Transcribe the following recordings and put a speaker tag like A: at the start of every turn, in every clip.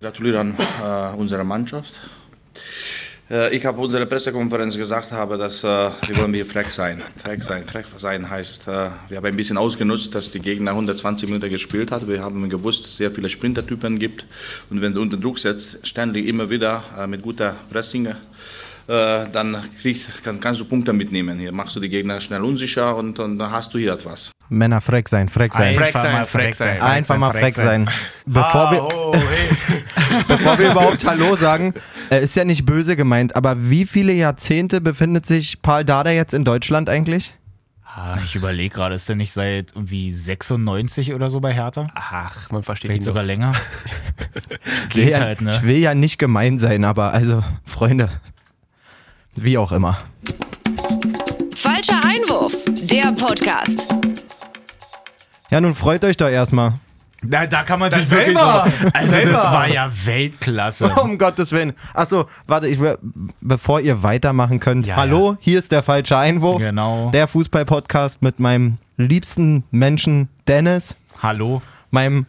A: Gratuliere an äh, unsere Mannschaft. Äh, ich habe unsere Pressekonferenz gesagt, habe, dass äh, wir wollen hier frech sein. Frech sein, frech sein heißt, äh, wir haben ein bisschen ausgenutzt, dass die Gegner 120 Minuten gespielt hat. Wir haben gewusst, dass es sehr viele Sprintertypen gibt und wenn du unter Druck setzt, ständig immer wieder äh, mit guter Pressing. Äh, dann kriegst, kann, kannst du Punkte mitnehmen. Hier machst du die Gegner schnell unsicher und, und dann hast du hier etwas.
B: Männer freck sein, freck sein.
C: Einfach mal frech sein.
B: Einfach mal freck sein.
D: Ah,
B: Bevor wir,
C: Oh, hey.
B: bevor wir überhaupt Hallo sagen, äh, ist ja nicht böse gemeint, aber wie viele Jahrzehnte befindet sich Paul Dada jetzt in Deutschland eigentlich?
D: Ah, ich überlege gerade, ist der nicht seit irgendwie 96 oder so bei Hertha?
B: Ah,
C: Ach, man versteht
D: Vielleicht
C: ihn doch.
D: sogar länger.
B: Ich will
D: Geht
B: ja-
D: halt, ne?
B: genau. Ich will ja nicht gemein sein, aber also, Freunde, wie auch immer.
E: Falscher Einwurf, der Podcast.
B: Ja, nun freut euch doch erstmal.
D: Da, da kann man sich
B: wirklich selber!
D: wirklich Also
B: Selber!
D: das war ja Weltklasse.
B: Um Gottes Willen. Achso, warte, ich will, bevor ihr weitermachen könnt.
D: Ja,
B: hallo, hier ist der falsche Einwurf.
D: Genau.
B: Der Fußball-Podcast mit meinem liebsten Menschen Dennis,
D: Hallo.
B: meinem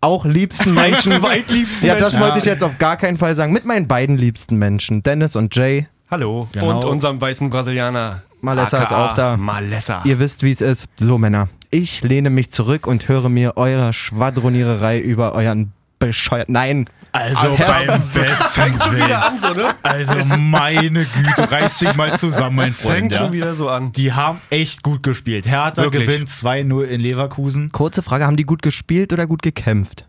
B: auch liebsten Menschen.
C: Zweitliebsten
B: Ja, das
C: Menschen.
B: wollte ich jetzt auf gar keinen Fall sagen. Mit meinen beiden liebsten Menschen, Dennis und Jay.
C: Hallo.
D: Genau.
C: Und unserem weißen Brasilianer.
B: Malessa
C: aka
B: ist auch da.
C: Malessa.
B: Ihr wisst, wie es ist. So, Männer, ich lehne mich zurück und höre mir eurer Schwadroniererei über euren bescheuert. Nein,
D: Also
B: Herz-
D: beim besten Willen.
C: an, so, ne?
D: Also meine Güte, reiß dich mal zusammen, mein Freund.
C: Fängt
D: Ja.
C: schon wieder so an.
D: Die haben echt gut gespielt. Hertha
C: Wirklich.
D: gewinnt 2-0 in Leverkusen.
B: kurze Frage: Haben die gut gespielt oder gut gekämpft?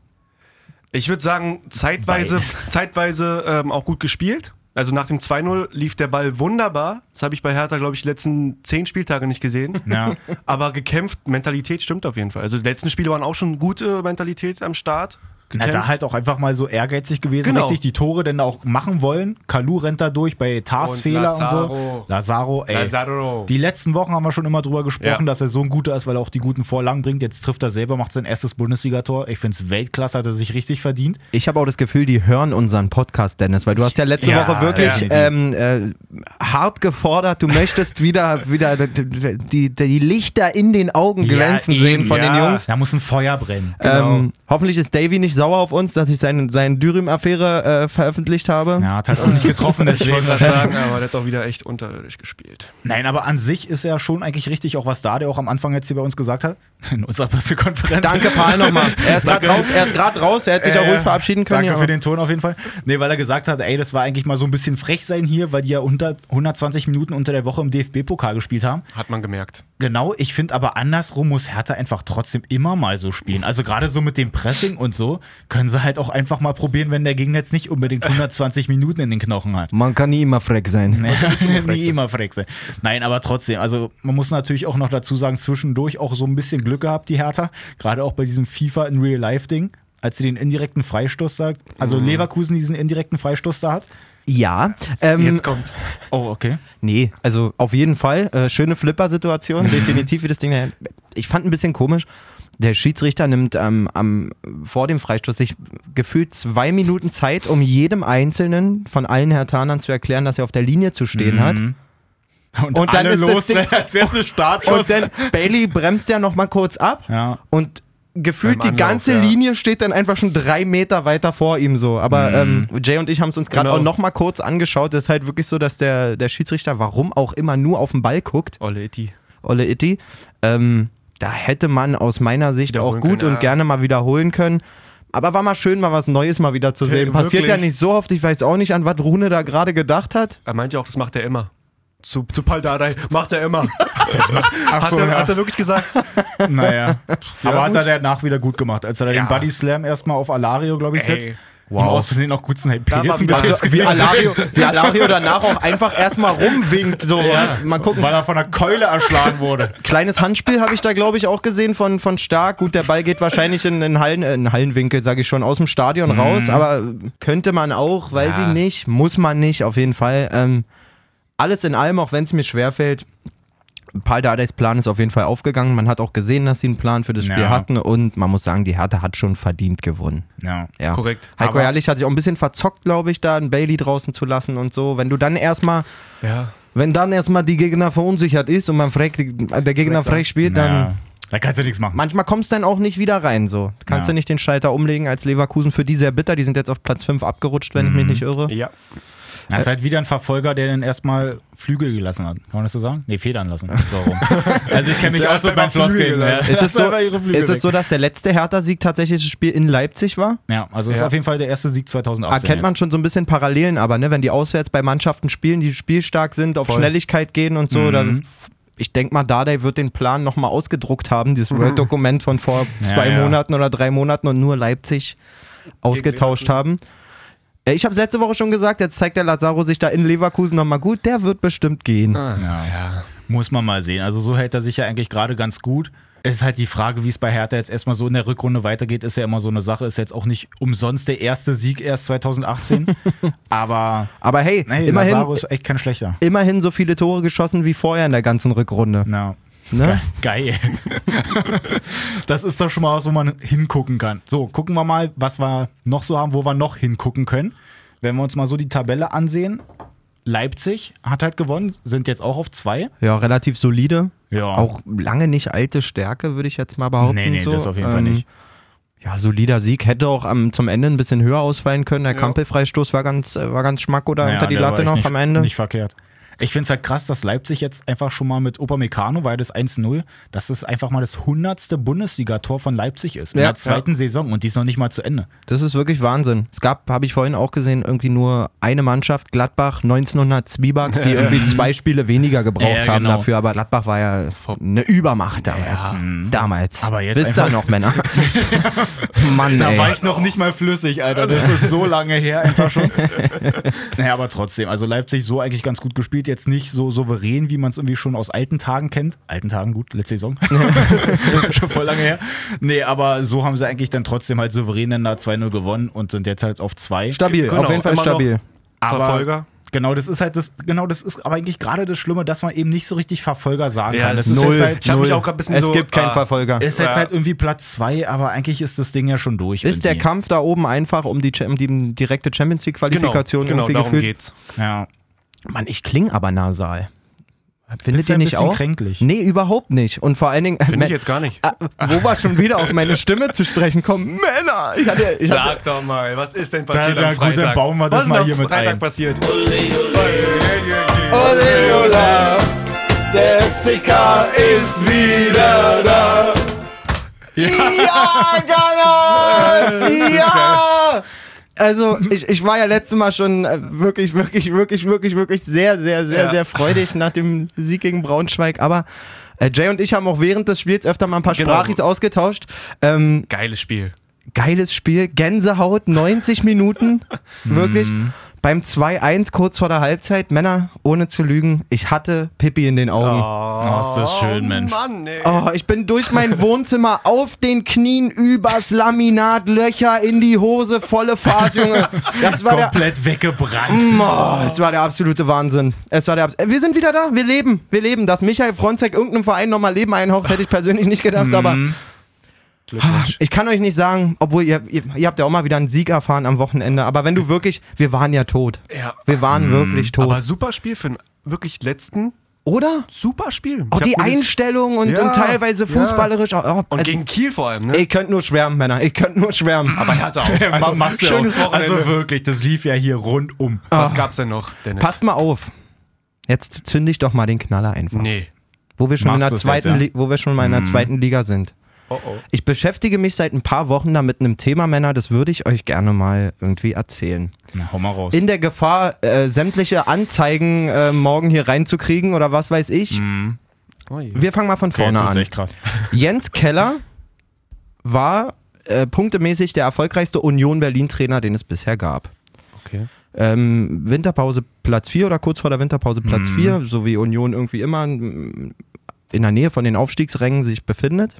C: Ich würde sagen, zeitweise, zeitweise ähm, auch gut gespielt. Also nach dem 2-0 lief der Ball wunderbar. Das habe ich bei Hertha, glaube ich, die letzten zehn Spieltage nicht gesehen.
D: Ja.
C: Aber gekämpft, Mentalität stimmt auf jeden Fall. Also die letzten Spiele waren auch schon gute äh, Mentalität am Start.
D: Na, da halt auch einfach mal so ehrgeizig gewesen,
C: Genau.
D: richtig die Tore denn auch machen wollen. Kalu rennt da durch bei Tars
C: Und
D: Fehler und so.
C: Lazaro.
D: Lazaro, ey.
C: Lazaro.
D: Die letzten Wochen haben wir schon immer drüber gesprochen,
C: Ja.
D: dass er so ein guter ist, weil er auch die guten Vorlagen bringt. Jetzt trifft er selber, macht sein erstes Bundesligator. Ich finde es Weltklasse, hat er sich richtig verdient.
B: Ich habe auch das Gefühl, die hören unseren Podcast, Dennis, weil du hast ja letzte
D: Ja,
B: Woche wirklich
D: ja.
B: ähm, äh, hart gefordert, du möchtest wieder, wieder die, die Lichter in den Augen glänzen
D: Ja,
B: sehen
D: eben,
B: von
D: ja.
B: den Jungs.
D: Da muss ein Feuer brennen.
B: Ähm, hoffentlich ist Davy nicht sauer auf uns, dass ich seine, seine Dürüm-Affäre äh, veröffentlicht habe.
D: Ja, hat halt auch nicht getroffen,
C: Ich
D: deswegen.
C: wollte gerade sagen, aber der hat auch wieder echt unterirdisch gespielt.
D: Nein, aber an sich ist ja schon eigentlich richtig, auch was da der auch am Anfang jetzt hier bei uns gesagt hat, in unserer Pressekonferenz.
B: Danke, Paul, nochmal. Er ist gerade
D: Danke.
B: raus, er ist gerade raus, er hätte sich auch
D: Ja,
B: ruhig
D: ja.
B: verabschieden können.
D: Danke
B: ja.
D: für den Ton auf jeden Fall. Nee, weil er gesagt hat, ey, das war eigentlich mal so ein bisschen frech sein hier, weil die ja unter 120 Minuten unter der Woche im DFB-Pokal gespielt haben.
C: Hat man gemerkt.
D: Genau, ich finde aber andersrum muss Hertha einfach trotzdem immer mal so spielen. Also gerade so mit dem Pressing und so können sie halt auch einfach mal probieren, wenn der Gegner jetzt nicht unbedingt 120 Minuten in den Knochen hat.
B: Man kann nie immer freck sein.
D: Nie immer frech sein. Nein, aber trotzdem, also man muss natürlich auch noch dazu sagen, zwischendurch auch so ein bisschen Glück gehabt, die Hertha. Gerade auch bei diesem FIFA in Real Life Ding, als sie den indirekten Freistoß da, also Leverkusen diesen indirekten Freistoß da hat.
B: Ja, ähm,
C: Jetzt kommt's.
D: Oh, okay.
B: nee, also auf jeden Fall. Äh, schöne Flipper-Situation, definitiv, wie das Ding. da- Ich fand ein bisschen komisch. Der Schiedsrichter nimmt ähm, am, vor dem Freistoß sich gefühlt zwei Minuten Zeit, um jedem Einzelnen von allen Hertanern zu erklären, dass er auf der Linie zu stehen hat.
D: Mhm.
B: Und dann
D: alle
B: ist das
D: los,
B: Ding-
D: als wärst du Startschuss.
B: Und dann Bailey bremst ja nochmal kurz ab.
D: ja.
B: Und gefühlt
C: Beim
B: die
C: Anlauf,
B: ganze
C: ja.
B: Linie steht dann einfach schon drei Meter weiter vor ihm so. Aber ähm, Jay und ich haben es uns gerade
C: Mhm. Genau.
B: auch noch mal kurz angeschaut. Es ist halt wirklich so, dass der, der Schiedsrichter, warum auch immer, nur auf den Ball guckt,
C: Olle Itti.
B: Olle Itti. Ähm, da hätte man aus meiner Sicht auch
C: Wiederholen
B: gut und
C: können, ja.
B: gerne mal wiederholen können. Aber war mal schön, mal was Neues mal wieder zu sehen. Passiert
C: wirklich.
B: ja nicht so oft. Ich weiß auch nicht, an was Rune da gerade gedacht hat.
C: Er meinte auch, das macht er immer. Zu, zu Paldadei macht er immer.
D: Ach
C: Hat,
D: so,
C: er,
D: ja.
C: hat er wirklich gesagt?
D: Naja. Aber hat er danach wieder gut gemacht, als er da den Buddy Slam erstmal auf Alario, glaube ich,
C: Ey.
D: setzt.
C: Wow.
D: Und aus Versehen auch gut seinen
C: war
D: Penis ein
C: wieder-
D: bisschen
C: Also,
D: ins
B: Wie
D: Gesicht
B: Alario, wie Alario danach auch einfach erstmal rumwinkt. So. ne?
D: Ja.
B: Mal gucken.
D: Weil er von einer Keule erschlagen wurde.
B: Kleines Handspiel habe ich da, glaube ich, auch gesehen von, von Stark. Gut, der Ball geht wahrscheinlich in den Hallen, äh, in den Hallenwinkel, sage ich schon, aus dem Stadion
D: Mhm.
B: raus. Aber könnte man auch, weiß ich nicht, muss man nicht, auf jeden Fall. Ähm, alles in allem, auch wenn es mir schwerfällt, Paul Dardais Plan ist auf jeden Fall aufgegangen. Man hat auch gesehen, dass sie einen Plan für das Spiel
D: Ja.
B: hatten. Und man muss sagen, die Hertha hat schon verdient gewonnen.
D: Ja.
B: Ja.
C: Korrekt.
B: Heiko
D: Aber-
B: Herrlich hat sich auch ein bisschen verzockt, glaube ich, da einen Bailey draußen zu lassen und so. Wenn du dann erstmal
C: Ja.
B: wenn dann erstmal die Gegner verunsichert ist und man fragt, der Gegner frech spielt, dann
D: Ja. Da kannst du nichts machen.
B: Manchmal kommst du dann auch nicht wieder rein, so. Kannst
D: Ja.
B: du nicht den Schalter umlegen als Leverkusen, für die sehr bitter. Die sind jetzt auf Platz 5 abgerutscht, wenn ich
D: Mhm.
B: mich nicht irre.
C: Ja.
D: Das ist halt wieder ein Verfolger, der dann erstmal Flügel gelassen hat. Kann man das so sagen? Nee, Federn lassen. So rum. Also ich kenne mich
C: Der
D: auch
C: hat
D: so
C: einfach
D: beim Floskeln.
C: Flügel
D: Ja.
C: gelassen.
B: Ist es, so,
D: Einfach ihre Flügel
B: ist es
D: weg.
B: so, dass der letzte Hertha-Sieg tatsächlich das Spiel in Leipzig war?
D: Ja, also das ist
C: Ja.
D: auf jeden Fall der erste Sieg 2018.
B: Erkennt Ah, man
D: jetzt.
B: schon so ein bisschen Parallelen, aber ne, wenn die auswärts bei Mannschaften spielen, die spielstark sind, auf
C: Voll.
B: Schnelligkeit gehen und so,
D: Mhm.
B: dann. Ich denke mal, Dardai wird den Plan nochmal ausgedruckt haben, dieses Word-Dokument von vor zwei
D: Mhm. ja.
B: Monaten oder drei Monaten und nur Leipzig ausgetauscht haben. Äh, Ich habe letzte Woche schon gesagt, jetzt zeigt der Lazaro sich da in Leverkusen nochmal gut, der wird bestimmt gehen.
D: Ja. Muss man mal sehen. Also so hält er sich ja eigentlich gerade ganz gut. Ist halt die Frage, wie es bei Hertha jetzt erstmal so in der Rückrunde weitergeht, ist ja immer so eine Sache. Ist jetzt auch nicht umsonst der erste Sieg erst 2018. Aber
B: Aber hey,
D: nee,
B: immerhin,
D: Lazaro ist echt kein schlechter.
B: immerhin so viele Tore geschossen wie vorher in der ganzen Rückrunde.
D: Ja.
B: Ne?
D: Geil. das ist doch schon mal was, wo man hingucken kann. So, gucken wir mal, was wir noch so haben, wo wir noch hingucken können. Wenn wir uns mal so die Tabelle ansehen, Leipzig hat halt gewonnen, sind jetzt auch auf zwei.
B: Ja, relativ solide.
D: Ja.
B: Auch lange nicht alte Stärke, würde ich jetzt mal behaupten.
D: Ah. Nee, nee,
B: so. Ähm,
D: das auf jeden Fall nicht.
B: Ja, solider Sieg. Hätte auch am, zum Ende ein bisschen höher ausfallen können. Der Kampelfreistoß war ganz, äh, war ganz schmack oder unter die
D: der war
B: Latte
D: echt
B: noch
D: nicht,
B: am Ende.
D: Nicht verkehrt. Ich finde es halt krass, dass Leipzig jetzt einfach schon mal mit Upamecano, weil das 1-0, dass das einfach mal das 100. Bundesligator von Leipzig ist. in
B: Ja,
D: der zweiten Saison und die ist noch nicht mal zu Ende.
B: Das ist wirklich Wahnsinn. Es gab, habe ich vorhin auch gesehen, irgendwie nur eine Mannschaft, Gladbach, 1900 Zwieback, die irgendwie zwei Spiele weniger gebraucht
D: Ja,
B: haben
D: genau.
B: dafür. Aber Gladbach war ja eine Übermacht damals. Damals.
D: Mhm. Aber jetzt
B: Wisst ihr
D: einfach-
B: noch, Männer? Mann,
D: Da
B: ey.
D: war ich noch nicht mal flüssig, Alter. Das ist so lange her einfach schon. naja, aber trotzdem. Also Leipzig so eigentlich ganz gut gespielt. Jetzt nicht so souverän, wie man es irgendwie schon aus alten Tagen kennt. Alten Tagen, gut, letzte Saison. schon voll lange her. Nee, aber so haben sie eigentlich dann trotzdem halt souverän dann da 2-0 gewonnen und sind jetzt halt auf 2.
B: stabil,
C: Genau,
B: auf jeden Fall
C: immer noch-
B: stabil.
D: Aber-
C: Verfolger.
D: Genau, das ist halt das, genau, das ist aber eigentlich gerade das Schlimme, dass man eben nicht so richtig Verfolger sagen
C: Ja,
D: kann.
C: das
D: ist
C: ist
D: jetzt
C: null.
D: halt,
C: Ich hab mich auch grad ein bisschen
B: es
C: so,
B: gibt keinen
C: ah,
B: Verfolger.
D: ist jetzt
C: Ja.
D: halt irgendwie Platz 2, aber eigentlich ist das Ding ja schon durch.
B: Ist der
D: irgendwie.
B: Kampf da oben einfach um die, Cha- um die direkte Champions League
C: Genau,
B: Qualifikation
C: genau
B: irgendwie
C: darum
B: gefühlt?
C: geht's.
D: Ja.
B: Mann, ich klinge aber nasal. Findet
D: Bist du
B: ihr
D: ein
B: nicht
D: bisschen
B: auch?
D: kränklich?
B: Nee, überhaupt nicht. Und vor allen Dingen,
C: Finde ich jetzt gar nicht.
B: Ah, wo wir schon wieder auf meine Stimme zu sprechen kommen. Männer! Ich hatte, ich hatte,
C: Sag doch mal, was ist denn passiert
D: Da- da-
C: am
D: gut, dann
C: Freitag?
D: bauen wir das
C: was ist
D: mal
C: am
D: hier mit
C: Freitag
D: ein.
C: passiert?
B: der FCK ist wieder da. Ja, Ganas! Ja! Also, ich, ich war ja letztes Mal schon äh, wirklich, wirklich, wirklich, wirklich, wirklich sehr, sehr, sehr, sehr freudig nach dem Sieg gegen Braunschweig. Aber äh, Jay und ich haben auch während des Spiels öfter mal ein paar
C: Genau.
B: Sprachis ausgetauscht. Ähm,
C: Geiles Spiel.
B: geiles Spiel. Gänsehaut, 90 Minuten.
C: Mhm.
B: Wirklich. Beim 2-1 kurz vor der Halbzeit, Männer, ohne zu lügen, ich hatte Pippi in den Augen.
D: Oh, ist das schön, Mensch.
C: Mann, ey.
B: Oh, ich bin durch mein Wohnzimmer auf den Knien übers Laminat, Löcher in die Hose, volle Fahrt, Junge. Das war der,
D: Komplett weggebrannt.
B: oh, es war der absolute Wahnsinn. Es war der Abs Wir sind wieder da, wir leben, wir leben. Dass Michael Fronzek irgendeinem Verein nochmal Leben einhaucht, hätte ich persönlich nicht gedacht, aber
C: Mhm. Glückwunsch.
B: ich kann euch nicht sagen, obwohl ihr, ihr, ihr habt ja auch mal wieder einen Sieg erfahren am Wochenende, aber wenn du wirklich, wir waren ja tot.
C: Ja.
B: Wir waren wirklich tot.
C: Mhm. Aber super Spiel für den wirklich letzten
B: Oder?
C: super Spiel.
B: Auch
C: Ich hab
B: Oh, die
C: mir das-
B: Einstellung und,
C: Ja,
B: und teilweise
C: ja.
B: fußballerisch. auch- Oh,
C: Und
B: also,
C: gegen Kiel vor allem, ne?
B: ihr könnt nur schwärmen, Männer. Ihr könnt nur schwärmen.
C: Aber Hertha auch.
D: Also, machst du
C: schönes
D: auch.
C: Wochenende.
D: Also wirklich, das lief ja hier um. rundum.
C: was gab's denn noch, Dennis?
B: Passt mal auf. Jetzt zünde ich doch mal den Knaller einfach.
C: Nee.
B: Wo wir schon, in
D: Machst
B: der
D: du's
B: zweiten,
D: jetzt, ja?
B: Li- wo wir schon mal in der zweiten Liga sind.
C: Oh oh.
B: Ich beschäftige mich seit ein paar Wochen damit einem Thema, Männer, das würde ich euch gerne mal irgendwie erzählen.
D: Na, hau mal raus.
B: in der Gefahr, äh, sämtliche Anzeigen äh, morgen hier reinzukriegen oder was weiß ich. Wir fangen mal von
D: Okay,
B: vorne
D: jetzt wird's
B: an.
D: echt krass.
B: Jens Keller war äh, punktemäßig der erfolgreichste Union Berlin-Trainer, den es bisher gab.
C: Okay.
B: Ähm, Winterpause Platz 4 oder kurz vor der Winterpause Platz 4, so wie Union irgendwie immer mm, in der Nähe von den Aufstiegsrängen sich befindet.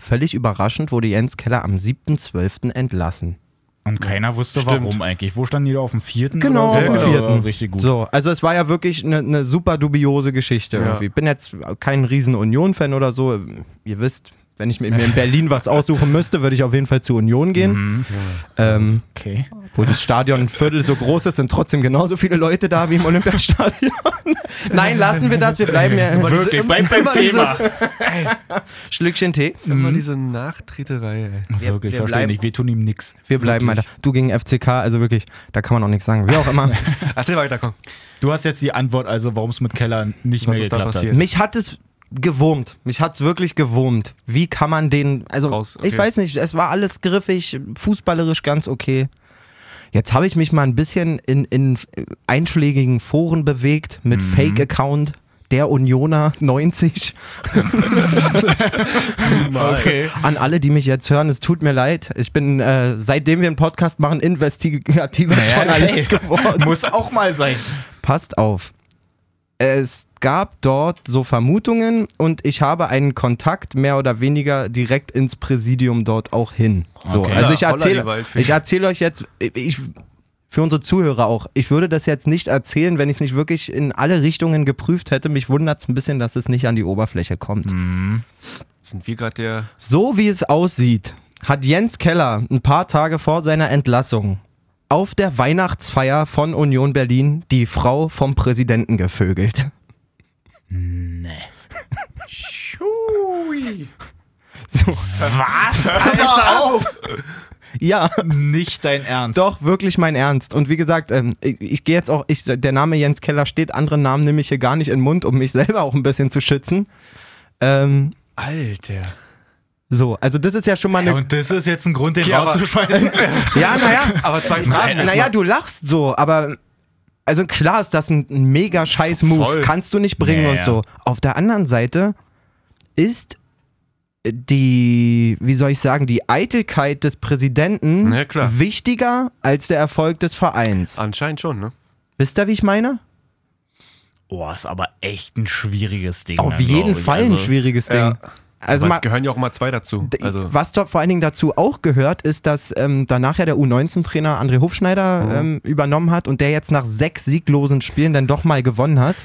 B: Völlig überraschend wurde Jens Keller am 7.12. entlassen.
D: Und keiner wusste
C: Stimmt.
D: warum eigentlich. Wo standen die da auf dem vierten?
B: Genau,
D: oder so?
B: auf dem
D: Ja, aber
B: vierten.
D: Richtig gut.
B: So, also es war ja wirklich eine ne super dubiose Geschichte
C: Ja.
B: irgendwie. Bin jetzt kein riesen Union-Fan oder so. Ihr wisst, Wenn ich mir mir in Berlin was aussuchen müsste, würde ich auf jeden Fall zu Union gehen. Ähm,
D: Okay.
B: wo das Stadion ein Viertel so groß ist, sind trotzdem genauso viele Leute da wie im Olympiastadion. Nein, lassen wir das. Wir bleiben ja
D: Wirklich, bleib beim
C: immer
D: Thema.
B: Schlückchen Tee.
C: Immer diese Nachtreterei, ey.
D: Wirklich,
B: wir
D: verstehe
B: bleiben-
D: nicht. Wir tun ihm nichts.
B: Wir bleiben mal da. Du gegen FCK, also wirklich, da kann man auch nichts sagen. Wie auch immer.
C: Erzähl weiter, komm.
D: Du hast jetzt die Antwort, also warum es mit Keller nicht
C: Was
D: mehr
C: ist da
D: geklappt hat.
C: passiert?
B: Mich hat es gewurmt. Mich hat es wirklich gewurmt. Wie kann man den. Also,
C: Raus, okay.
B: ich weiß nicht, es war alles griffig, fußballerisch ganz okay. Jetzt habe ich mich mal ein bisschen in, in einschlägigen Foren bewegt mit Fake-Account. Der Unioner 90.
D: Okay.
B: An alle, die mich jetzt hören, es tut mir leid. Ich bin, äh, seitdem wir einen Podcast machen, investigativer Journalist geworden.
D: Muss auch mal sein.
B: Passt auf. Es gab dort so Vermutungen und ich habe einen Kontakt mehr oder weniger direkt ins Präsidium dort auch hin. So,
D: Okay.
B: also ich
C: Ja, holla die
B: erzähle
C: Waldfee.
B: ich erzähle euch jetzt ich für unsere Zuhörer auch. Ich würde das jetzt nicht erzählen, wenn ich es nicht wirklich in alle Richtungen geprüft hätte. Mich wundert es ein bisschen, dass es nicht an die Oberfläche kommt.
C: Sind wir gerade der.
B: So wie es aussieht, hat Jens Keller ein paar Tage vor seiner Entlassung auf der Weihnachtsfeier von Union Berlin die Frau vom Präsidenten gevögelt.
D: Was? Alter, auf!
B: Ja,
D: Nicht dein Ernst.
B: doch, wirklich mein Ernst. Und wie gesagt, ähm, ich, ich gehe jetzt auch, ich, der Name Jens Keller steht, andere Namen nehme ich hier gar nicht in den Mund, um mich selber auch ein bisschen zu schützen. Ähm,
C: Alter.
B: so, also das ist ja schon mal
D: Ja,
B: eine.
D: und das ist jetzt ein Grund, den
C: Ja, aber-
D: rauszuschmeißen.
B: Ja, naja,
C: Aber zwei Fragen.
D: also
B: Naja, du lachst so, aber also klar ist das ein ein mega scheiß Move.
C: Voll.
B: Kannst du nicht bringen
D: Ja,
B: und
D: ja.
B: so. Auf der anderen Seite ist die, wie soll ich sagen, die Eitelkeit des Präsidenten
C: Ja, klar.
B: wichtiger als der Erfolg des
D: Ah.
B: Vereins.
C: Anscheinend schon, ne?
B: Wisst ihr, wie ich meine?
D: Boah, ist aber echt ein schwieriges Ding.
B: Auf
D: dann,
B: jeden
D: glaub ich.
B: Fall
D: Also,
B: ein schwieriges Ding.
C: Ja.
B: Also mal,
C: Aber es gehören ja auch mal zwei dazu.
B: D-
C: Also,
B: Was dort vor allen Dingen dazu auch gehört, ist, dass ähm, danach ja der U19-Trainer André Hofschneider
D: Oh.
B: ähm, übernommen hat und der jetzt nach sechs sieglosen Spielen dann doch mal gewonnen hat.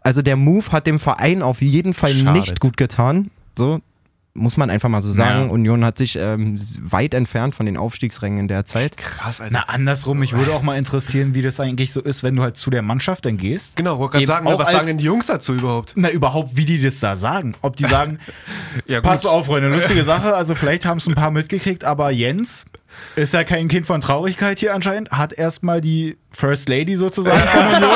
B: Also der Move hat dem Verein auf jeden Fall
D: Hm. Schadet.
B: nicht gut getan. So muss man einfach mal so sagen.
D: Ja.
B: Union hat sich ähm, s- weit entfernt von den Aufstiegsrängen in der Zeit.
C: krass, Alter.
D: Na, andersrum, mich würde auch mal interessieren, wie das eigentlich so ist, wenn du halt zu der Mannschaft dann gehst.
C: Genau, wollte gerade
D: Eben
C: sagen, ne,
D: auch
C: was
D: als-
C: sagen denn die Jungs dazu überhaupt?
D: Na, überhaupt, wie die das da sagen. Ob die sagen,
C: Ja, gut.
D: Passt mal auf, Freunde, lustige Sache. Also vielleicht haben es ein paar mitgekriegt, aber Jens ist ja kein Kind von Traurigkeit hier anscheinend. Hat erstmal die First Lady sozusagen von Union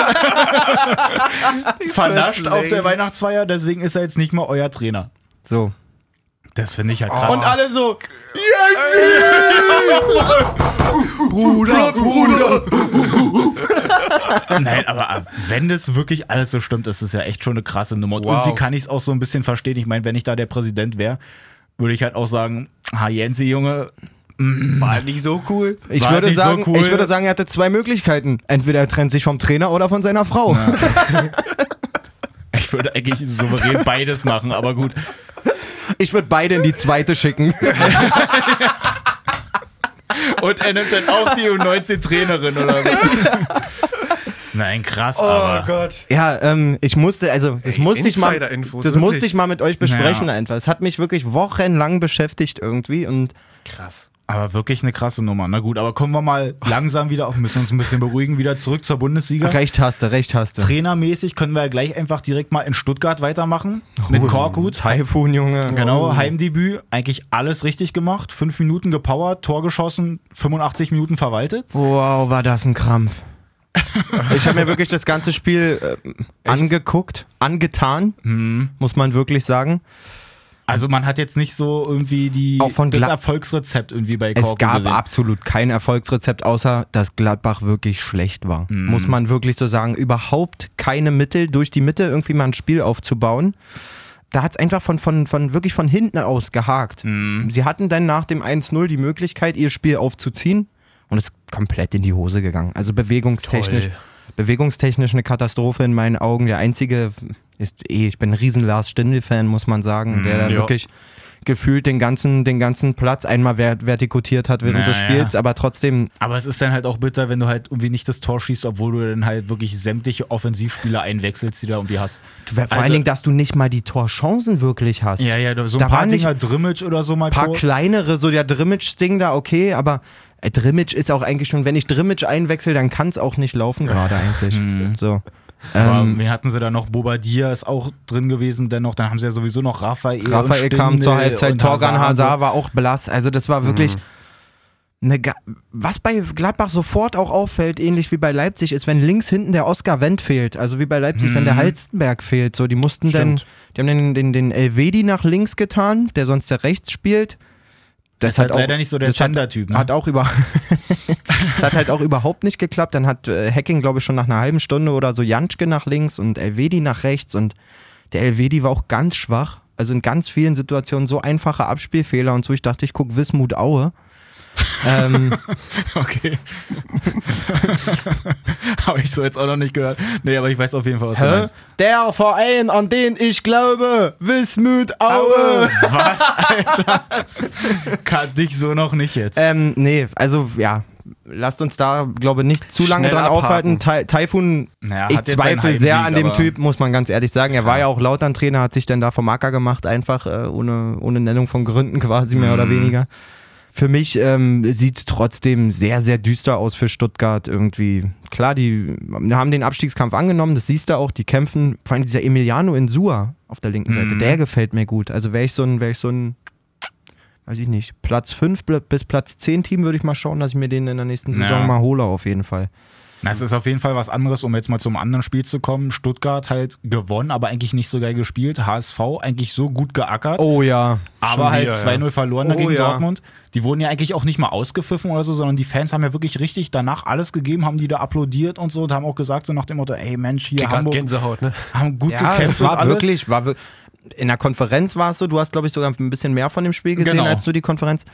D: vernascht
C: First
D: auf der
C: Lady.
D: Weihnachtsfeier. Deswegen ist er jetzt nicht mal euer Trainer.
B: So.
D: Das finde ich halt krass.
C: Und alle
D: so.
C: Bruder, Bruder!
D: Nein, aber äh, wenn das wirklich alles so stimmt, ist es ja echt schon eine krasse Nummer.
C: Wow.
D: Und wie kann ich es auch so ein bisschen verstehen? Ich meine, wenn ich da der Präsident wäre, würde ich halt auch sagen, ha, Jensi, Junge, mm, halt
C: War nicht so cool.
B: Ich
D: War
B: würde,
D: nicht so
B: sagen,
D: cool.
B: ich würde sagen, er hatte zwei Möglichkeiten. Entweder er trennt sich vom Trainer oder von seiner Frau.
D: ich würde eigentlich souverän beides machen, aber gut.
B: Ich würde beide in die zweite schicken.
D: Und er nimmt dann auch die U19-Trainerin oder so. Nein, krass,
B: Oh
D: aber.
C: Oh Gott.
B: Ja, ähm, ich musste, also das
C: Ey,
B: musste ich mal, das
C: Insider-Infos,
B: musste
C: wirklich.
B: ich mal mit euch besprechen
D: Ja.
B: einfach. Es hat mich wirklich wochenlang beschäftigt irgendwie und
C: Krass.
D: Aber wirklich eine krasse Nummer. Na gut, aber kommen wir mal langsam wieder, auch müssen uns ein bisschen beruhigen, wieder zurück zur Bundesliga.
B: recht hast du, recht hast du.
D: Trainermäßig können wir ja gleich einfach direkt mal in Stuttgart weitermachen. Mit Korkut.
B: Taifun, Junge.
D: Genau, Heimdebüt. Eigentlich alles richtig gemacht. Fünf Minuten gepowert, Tor geschossen, 85 Minuten verwaltet.
B: Wow, war das ein Krampf. Ich habe mir wirklich das ganze Spiel äh, angeguckt, angetan, muss man wirklich sagen.
D: Also man hat jetzt nicht so irgendwie die,
B: Auch von
D: das
B: Gla-
D: Erfolgsrezept irgendwie bei Korkut
B: Es gab
D: gesehen.
B: absolut kein Erfolgsrezept, außer dass Gladbach wirklich schlecht war.
C: Mhm.
B: Muss man wirklich so sagen. Überhaupt keine Mittel, durch die Mitte irgendwie mal ein Spiel aufzubauen. Da hat es einfach von, von, von wirklich von hinten aus gehakt.
C: Mhm.
B: Sie hatten dann nach dem 1-0 die Möglichkeit, ihr Spiel aufzuziehen und es ist komplett in die Hose gegangen. Also bewegungstechnisch,
C: Toll.
B: bewegungstechnisch eine Katastrophe in meinen Augen. Der einzige ist eh, ich bin ein riesen Lars Stindl-Fan, muss man sagen, der da
C: Mhm. Ja.
B: wirklich gefühlt den ganzen, den ganzen Platz einmal ver vertikutiert hat während
D: Naja.
B: des Spiels, aber trotzdem,
D: Aber es ist dann halt auch bitter, wenn du halt irgendwie nicht das Tor schießt, obwohl du dann halt wirklich sämtliche Offensivspieler einwechselst, die du da irgendwie hast.
B: vor allen
D: Also-
B: Dingen, dass du nicht mal die Torchancen wirklich hast.
D: Ja, ja, so ein
B: Da
D: paar
B: waren nicht-
D: Dinger, Drimmitsch oder so mal.
B: paar
D: kurz.
B: kleinere, so der Drimmitsch-Ding da, okay, aber äh, Drimmitsch ist auch eigentlich schon, wenn ich Drimmitsch einwechsel, dann kann es auch nicht laufen gerade eigentlich.
D: Hm.
B: so.
D: Aber
B: Ähm,
D: wen hatten sie da noch? Bobadilla ist auch drin gewesen, dennoch. Dann haben sie ja sowieso noch Raphael. und
B: Raphael kam
D: Stindl
B: zur Halbzeit,
D: und
B: Torgan
D: und so.
B: Hazard war auch blass. Also das war wirklich
D: Mhm.
B: eine Ga was bei Gladbach sofort auch auffällt, ähnlich wie bei Leipzig, ist, wenn links hinten der Oscar Wendt fehlt, also wie bei Leipzig, wenn der
D: Mhm.
B: Halstenberg fehlt, so die mussten dann,
C: Stimmt.
B: die haben den, den, den Elvedi nach links getan, der sonst der rechts spielt. Das,
D: Ist halt leider nicht so der
B: das hat-
D: Gender-Typ. Ne?
B: Hat auch über. Es hat halt auch überhaupt nicht geklappt. Dann hat äh, Hacking, glaube ich, schon nach einer halben Stunde oder so Janschke nach links und Elvedi nach rechts. Und der Elvedi war auch ganz schwach. Also in ganz vielen Situationen so einfache Abspielfehler und so. Ich dachte, ich gucke Wismut Aue. ähm,
D: Okay. Habe ich so jetzt auch noch nicht gehört. Nee, aber ich weiß auf jeden Fall, was du
B: hä?
D: meinst.
B: der Verein, an den ich glaube, Wismut Aue.
D: Was, Alter? Kann dich so noch nicht jetzt.
B: Ähm, nee, also ja. Lasst uns da, glaube ich, nicht zu lange
C: Schnell
B: dran
C: abhaken.
B: aufhalten. Tai- Taifun
D: Naja,
B: ich
D: hat jetzt seinen
B: zweifle sehr
D: Heimsieg,
B: an dem
D: aber-
B: Typ, muss man ganz ehrlich sagen. Er war ja auch Lautern-Trainer, hat sich dann da vom Acker gemacht, einfach äh, ohne, ohne Nennung von Gründen quasi, mehr oder
D: Mhm.
B: weniger. Für mich ähm, sieht es trotzdem sehr, sehr düster aus für Stuttgart irgendwie. Klar, die haben den Abstiegskampf angenommen, das siehst du auch, die kämpfen. Vor allem dieser Emiliano Insua auf der linken
D: Mhm.
B: Seite, der gefällt mir gut. Also wäre ich so ein, wäre ich so ein, weiß ich nicht, Platz 5 bis Platz 10 Team würde ich mal schauen, dass ich mir den in der nächsten Saison
D: Ja.
B: mal hole auf jeden Fall.
D: Das ist auf jeden Fall was anderes, um jetzt mal zum anderen Spiel zu kommen. Stuttgart halt gewonnen, aber eigentlich nicht so geil gespielt. HSV eigentlich so gut geackert.
B: Oh ja.
D: Aber halt
C: wieder,
D: 2-0 verloren
B: Oh,
D: dagegen
B: ja.
D: Dortmund. Die wurden ja eigentlich auch nicht mal ausgepfiffen oder so, sondern die Fans haben ja wirklich richtig danach alles gegeben, haben die da applaudiert und so und haben auch gesagt, so nach dem Motto, ey Mensch, hier
C: Gerade
D: Hamburg,
C: Gänsehaut, ne?
D: haben gut
B: Ja,
D: gekämpft
B: es war
D: und alles.
B: wirklich, war wir- in der Konferenz war es so, du hast, glaube ich, sogar ein bisschen mehr von dem Spiel gesehen
D: Genau.
B: als du die Konferenz.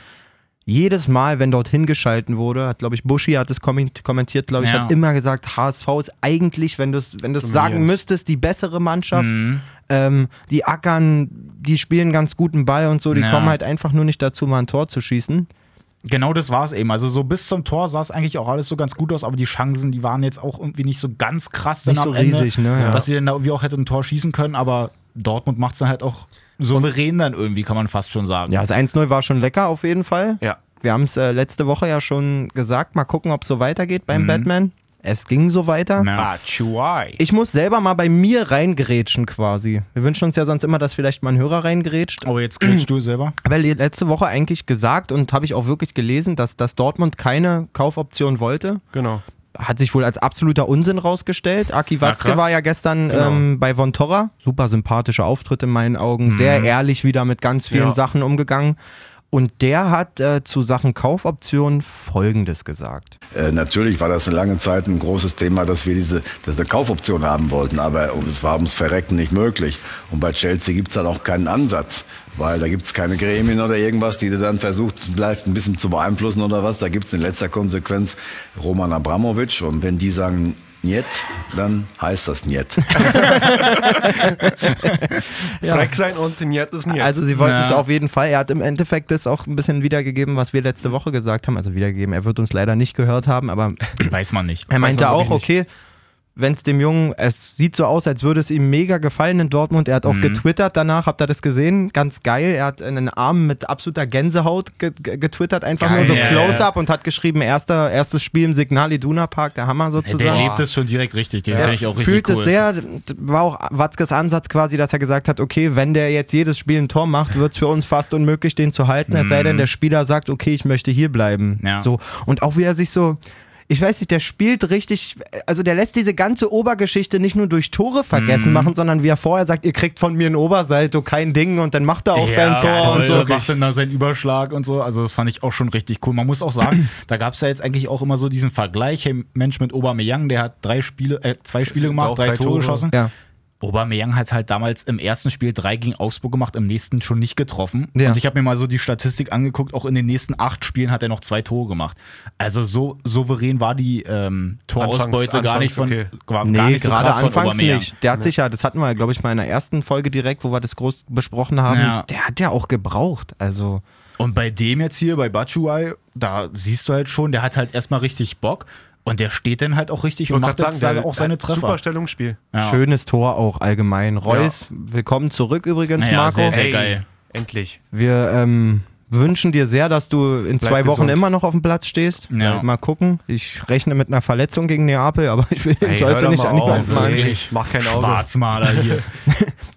B: Jedes Mal, wenn dort hingeschalten wurde, hat, glaube ich, Buschi hat es kommen- kommentiert, glaube ich,
D: Ja.
B: hat immer gesagt, HSV ist eigentlich, wenn du es wenn du's sagen müsstest, die bessere Mannschaft.
D: Mhm.
B: Ähm, die ackern, die spielen ganz guten Ball und so, die
D: Ja.
B: kommen halt einfach nur nicht dazu, mal ein Tor zu schießen.
D: Genau das war es eben. Also so bis zum Tor sah es eigentlich auch alles so ganz gut aus, aber die Chancen, die waren jetzt auch irgendwie nicht so ganz krass dann
B: Nicht
D: am
B: so riesig,
D: Ende,
B: ne, ja.
D: dass sie dann da irgendwie auch hätten ein Tor schießen können, aber Dortmund macht es dann halt auch souverän dann irgendwie, kann man fast schon sagen.
B: Ja, das 1-0 war schon lecker auf jeden Fall.
C: Ja.
B: Wir haben es äh, letzte Woche ja schon gesagt, mal gucken, ob es so weitergeht beim Batman. Es ging so weiter.
D: Mhm. Ja.
B: Ich muss selber mal bei mir reingrätschen quasi. Wir wünschen uns ja sonst immer, dass vielleicht mal ein Hörer reingrätscht.
D: Oh, jetzt kriegst du selber.
B: Aber le- letzte Woche eigentlich gesagt und habe ich auch wirklich gelesen, dass, dass Dortmund keine Kaufoption wollte.
C: Genau.
B: Hat sich wohl als absoluter Unsinn rausgestellt. Aki Watzke
C: krass.
B: war ja gestern
C: Genau.
B: ähm, bei Von Torra. Super sympathischer Auftritt in meinen Augen. Sehr ehrlich wieder mit ganz vielen
C: Mhm. Ja.
B: Sachen umgegangen. Und der hat äh, zu Sachen Kaufoption Folgendes gesagt.
F: Äh, natürlich war das eine lange Zeit ein großes Thema, dass wir diese dass wir eine Kaufoption haben wollten, aber es war ums Verrecken nicht möglich. Und bei Chelsea gibt's dann auch keinen Ansatz, weil da gibt's keine Gremien oder irgendwas, die du dann versucht, vielleicht ein bisschen zu beeinflussen oder was. Da gibt's in letzter Konsequenz Roman Abramowitsch und wenn die sagen, Njet, dann heißt das Njet.
C: Ja. Freck sein und den Jet ist ein Jet.
B: Also sie wollten es
D: Ja.
B: auf jeden Fall. Er hat im Endeffekt das auch ein bisschen wiedergegeben, was wir letzte Woche gesagt haben. Also wiedergegeben, er wird uns leider nicht gehört haben, aber
D: Weiß man nicht.
B: er meinte
C: man
B: auch,
C: wirklich
B: okay, wenn es dem Jungen, es sieht so aus, als würde es ihm mega gefallen in Dortmund. Er hat auch
D: Mhm.
B: getwittert danach, habt ihr das gesehen? Ganz geil. Er hat einen Arm mit absoluter Gänsehaut ge ge getwittert, einfach nur so
D: Geil.
B: Close-Up und hat geschrieben, erster, erstes Spiel im Signal Iduna Park, der Hammer sozusagen.
D: Der lebt es schon direkt richtig, den finde ich auch richtig
B: fühlt
D: cool.
B: es sehr, d- war auch Watzkes Ansatz quasi, dass er gesagt hat, okay, wenn der jetzt jedes Spiel ein Tor macht, wird es für uns fast unmöglich, den zu halten, es sei denn, der Spieler sagt, okay, ich möchte hier bleiben.
D: Mhm. Ja.
B: So. Und auch wie er sich so, ich weiß nicht, der spielt richtig, also der lässt diese ganze Obergeschichte nicht nur durch Tore vergessen
D: Mhm.
B: machen, sondern wie er vorher sagt, ihr kriegt von mir ein Obersalto, kein Ding und dann macht er auch sein Tor
D: das
B: und
D: ist
B: so.
D: so macht dann Also, da seinen Überschlag und so. Also das fand ich auch schon richtig cool. Man muss auch sagen, da gab es ja jetzt eigentlich auch immer so diesen Vergleich, hey Mensch mit Aubameyang, der hat drei Spiele, äh, zwei Spiele gemacht,
C: Auch
D: drei,
C: drei
D: Tore
C: Tore.
D: geschossen.
B: Ja.
D: Aubameyang hat halt damals im ersten Spiel drei gegen Augsburg gemacht, im nächsten schon nicht getroffen.
B: Ja.
D: Und ich habe mir mal so die Statistik angeguckt, auch in den nächsten acht Spielen hat er noch zwei Tore gemacht. Also so souverän war die ähm, Torausbeute gar
C: anfangs
D: nicht von
C: okay.
D: war gar
B: Nee,
D: nicht so
B: gerade
D: krass von
B: anfangs
D: Aubameyang. ne?
B: nicht. Der hat sich ja, das hatten wir, glaube ich, mal in der ersten Folge direkt, wo wir das groß besprochen haben.
D: Ja.
B: Der hat ja auch gebraucht. Also,
D: Und bei dem jetzt hier, bei Batshuayi, da siehst du halt schon, der hat halt erstmal richtig Bock und der steht dann halt auch richtig
C: Ich
D: und
C: wollte
D: macht
C: gerade
D: dann
C: sagen, der
D: auch seine
C: hat
D: Treffer.
C: Super Stellungsspiel.
D: Ja.
B: schönes Tor auch allgemein. Reus, willkommen zurück übrigens,
D: Naja,
B: Marco.
D: sehr, sehr geil.
C: Endlich.
B: Wir ähm, wünschen dir sehr, dass du in zwei Wochen
C: gesund.
B: immer noch auf dem Platz stehst.
D: Ja.
B: Mal- Mal gucken. Ich rechne mit einer Verletzung gegen Neapel, aber ich will den
C: Ey, hör
B: Teufel
C: doch
B: nicht
C: mal
B: an
C: auf,
B: jemanden machen.
C: wirklich. Mach kein Auge.
D: Schwarzmaler hier.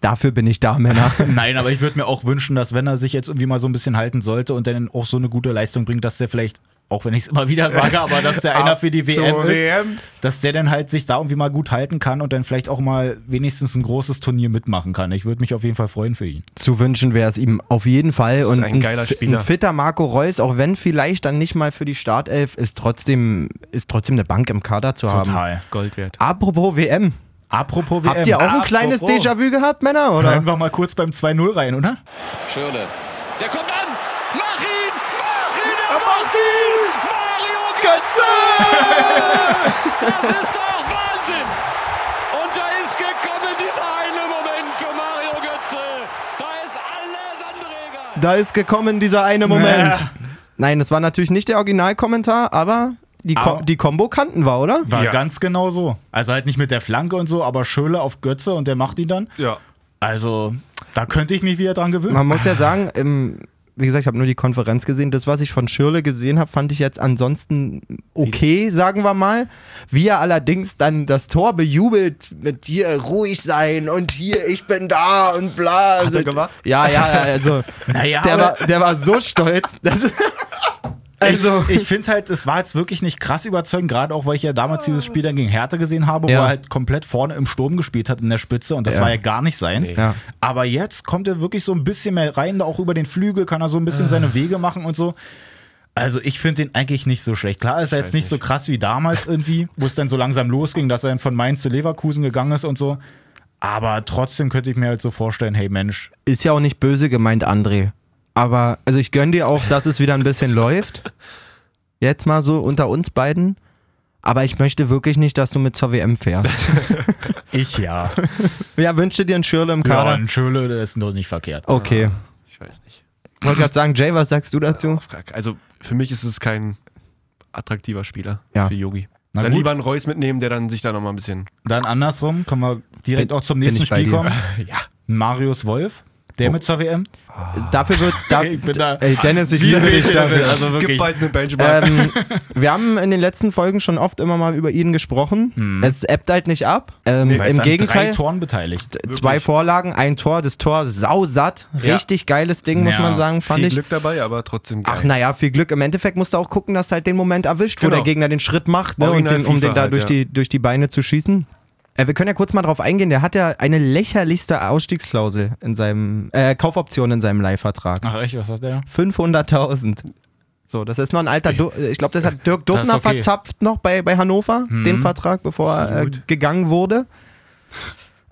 B: Dafür bin ich da, Männer.
D: Nein, aber ich würde mir auch wünschen, dass wenn er sich jetzt irgendwie mal so ein bisschen halten sollte und dann auch so eine gute Leistung bringt, dass der vielleicht, auch wenn ich es immer wieder sage, aber dass der einer für die
C: Zur
D: WM ist,
C: WM.
D: dass der dann halt sich da irgendwie mal gut halten kann und dann vielleicht auch mal wenigstens ein großes Turnier mitmachen kann. Ich würde mich auf jeden Fall freuen für ihn.
B: Zu wünschen wäre es ihm auf jeden Fall.
C: ist
B: Und
C: ein geiler
B: fi-
C: Spieler.
B: ein fitter Marco Reus, auch wenn vielleicht dann nicht mal für die Startelf, ist trotzdem, ist trotzdem eine Bank im Kader zu
C: Ähm,
B: haben.
C: Gold wert.
B: Apropos WM.
D: Apropos WM.
B: Habt ihr auch ein
C: Apropos.
B: kleines Déjà-vu gehabt, Männer? Oder?
D: Hören wir mal kurz beim 2-0 rein, oder?
G: Schürle. Der kommt an. Mach ihn! Mach ihn! Er macht ihn! Mario Götze! Das ist doch Wahnsinn! Und da ist gekommen dieser eine Moment für Mario Götze. Da ist alles andere egal.
B: Da ist gekommen dieser eine Moment. Nein, das war natürlich nicht der Originalkommentar, aber die, Ko
D: Aber-
B: die Kombo kannten wir, oder?
D: War
C: Ja.
D: ganz genau so. Also halt nicht mit der Flanke und so, aber Schöle auf Götze und der macht ihn dann.
C: Ja.
D: Also, da könnte ich mich wieder dran gewöhnen.
B: Man muss ja sagen, ähm, wie gesagt, ich habe nur die Konferenz gesehen. Das, was ich von Schirle gesehen habe, fand ich jetzt ansonsten okay, sagen wir mal. Wie er allerdings dann das Tor bejubelt mit hier ruhig sein und hier ich bin da und bla.
C: er gemacht?
B: Ja, ja, also
D: Naja,
B: der,
D: aber-
B: war, der war so stolz. Dass, also
D: Ich, ich finde halt, es war jetzt wirklich nicht krass überzeugend, gerade auch, weil ich ja damals dieses Spiel dann gegen Hertha gesehen habe,
B: Ja.
D: wo er halt komplett vorne im Sturm gespielt hat in der Spitze und das
B: Ja.
D: war ja gar nicht seins.
B: Ja.
D: Aber jetzt kommt er wirklich so ein bisschen mehr rein, da auch über den Flügel kann er so ein bisschen seine Wege machen und so. Also ich finde den eigentlich nicht so schlecht. Klar ist er jetzt nicht so krass wie damals irgendwie, wo es dann so langsam losging, dass er dann von Mainz zu Leverkusen gegangen ist und so. Aber trotzdem könnte ich mir halt so vorstellen, hey Mensch,
B: ist ja auch nicht böse gemeint, André. Aber, also ich gönne dir auch, dass es wieder ein bisschen läuft. Jetzt mal so unter uns beiden. Aber ich möchte wirklich nicht, dass du mit zur WM fährst.
D: ich ja.
B: ja, wünsche dir einen Schirle im
D: ja,
B: Kader.
D: ein Schöle, das ist nur nicht verkehrt.
B: Okay.
C: Ich weiß nicht.
B: Ich wollte gerade sagen, Jay, was sagst du dazu?
D: Oh.
C: Auf gar keinen- Also für mich ist es kein attraktiver Spieler
B: Ja.
C: für Yogi.
D: Na
C: dann
D: gut.
C: lieber einen Reus mitnehmen, der dann sich da nochmal ein bisschen.
D: Dann andersrum, können wir direkt
B: Bin-
D: auch zum
B: bin
D: nächsten
B: ich bei
D: Spiel
B: dir. Oh.
D: kommen. Marius Wolf, der mit zur WM.
B: Dafür wird. Da,
D: Ich bin da-
B: ey, Dennis, ich liebe dich dafür.
D: Also
C: Gib
D: wirklich.
C: bald eine Benchmark.
B: ähm, wir haben in den letzten Folgen schon oft immer mal über ihn gesprochen.
D: Hm.
B: Es ebbt halt nicht ab. Ähm, Im
D: an drei
B: Gegenteil.
D: Toren beteiligt.
B: Zwei Vorlagen, ein Tor, das Tor sausatt.
D: Ja.
B: Richtig geiles Ding, muss
D: Ja,
B: man sagen, fand
C: Viel
B: ich.
C: Glück dabei, aber trotzdem geil.
B: Ach naja, viel Glück. Im Endeffekt musst du auch gucken, dass du halt den Moment erwischt, wo
C: Genau.
B: der Gegner den Schritt macht, ne, und
C: Original
B: den, um
C: FIFA
B: den da
C: halt,
B: durch,
C: ja.
B: die, durch die Beine zu schießen. Äh, wir können ja kurz mal drauf eingehen. Der hat ja eine lächerlichste Ausstiegsklausel in seinem, äh, Kaufoption in seinem Leihvertrag.
D: Ach echt, was hat der?
B: 500.000. So, das ist noch ein alter, du ich glaube, das hat Dirk Duffner
D: okay.
B: verzapft noch bei, bei Hannover, den Vertrag, bevor er äh, gegangen wurde.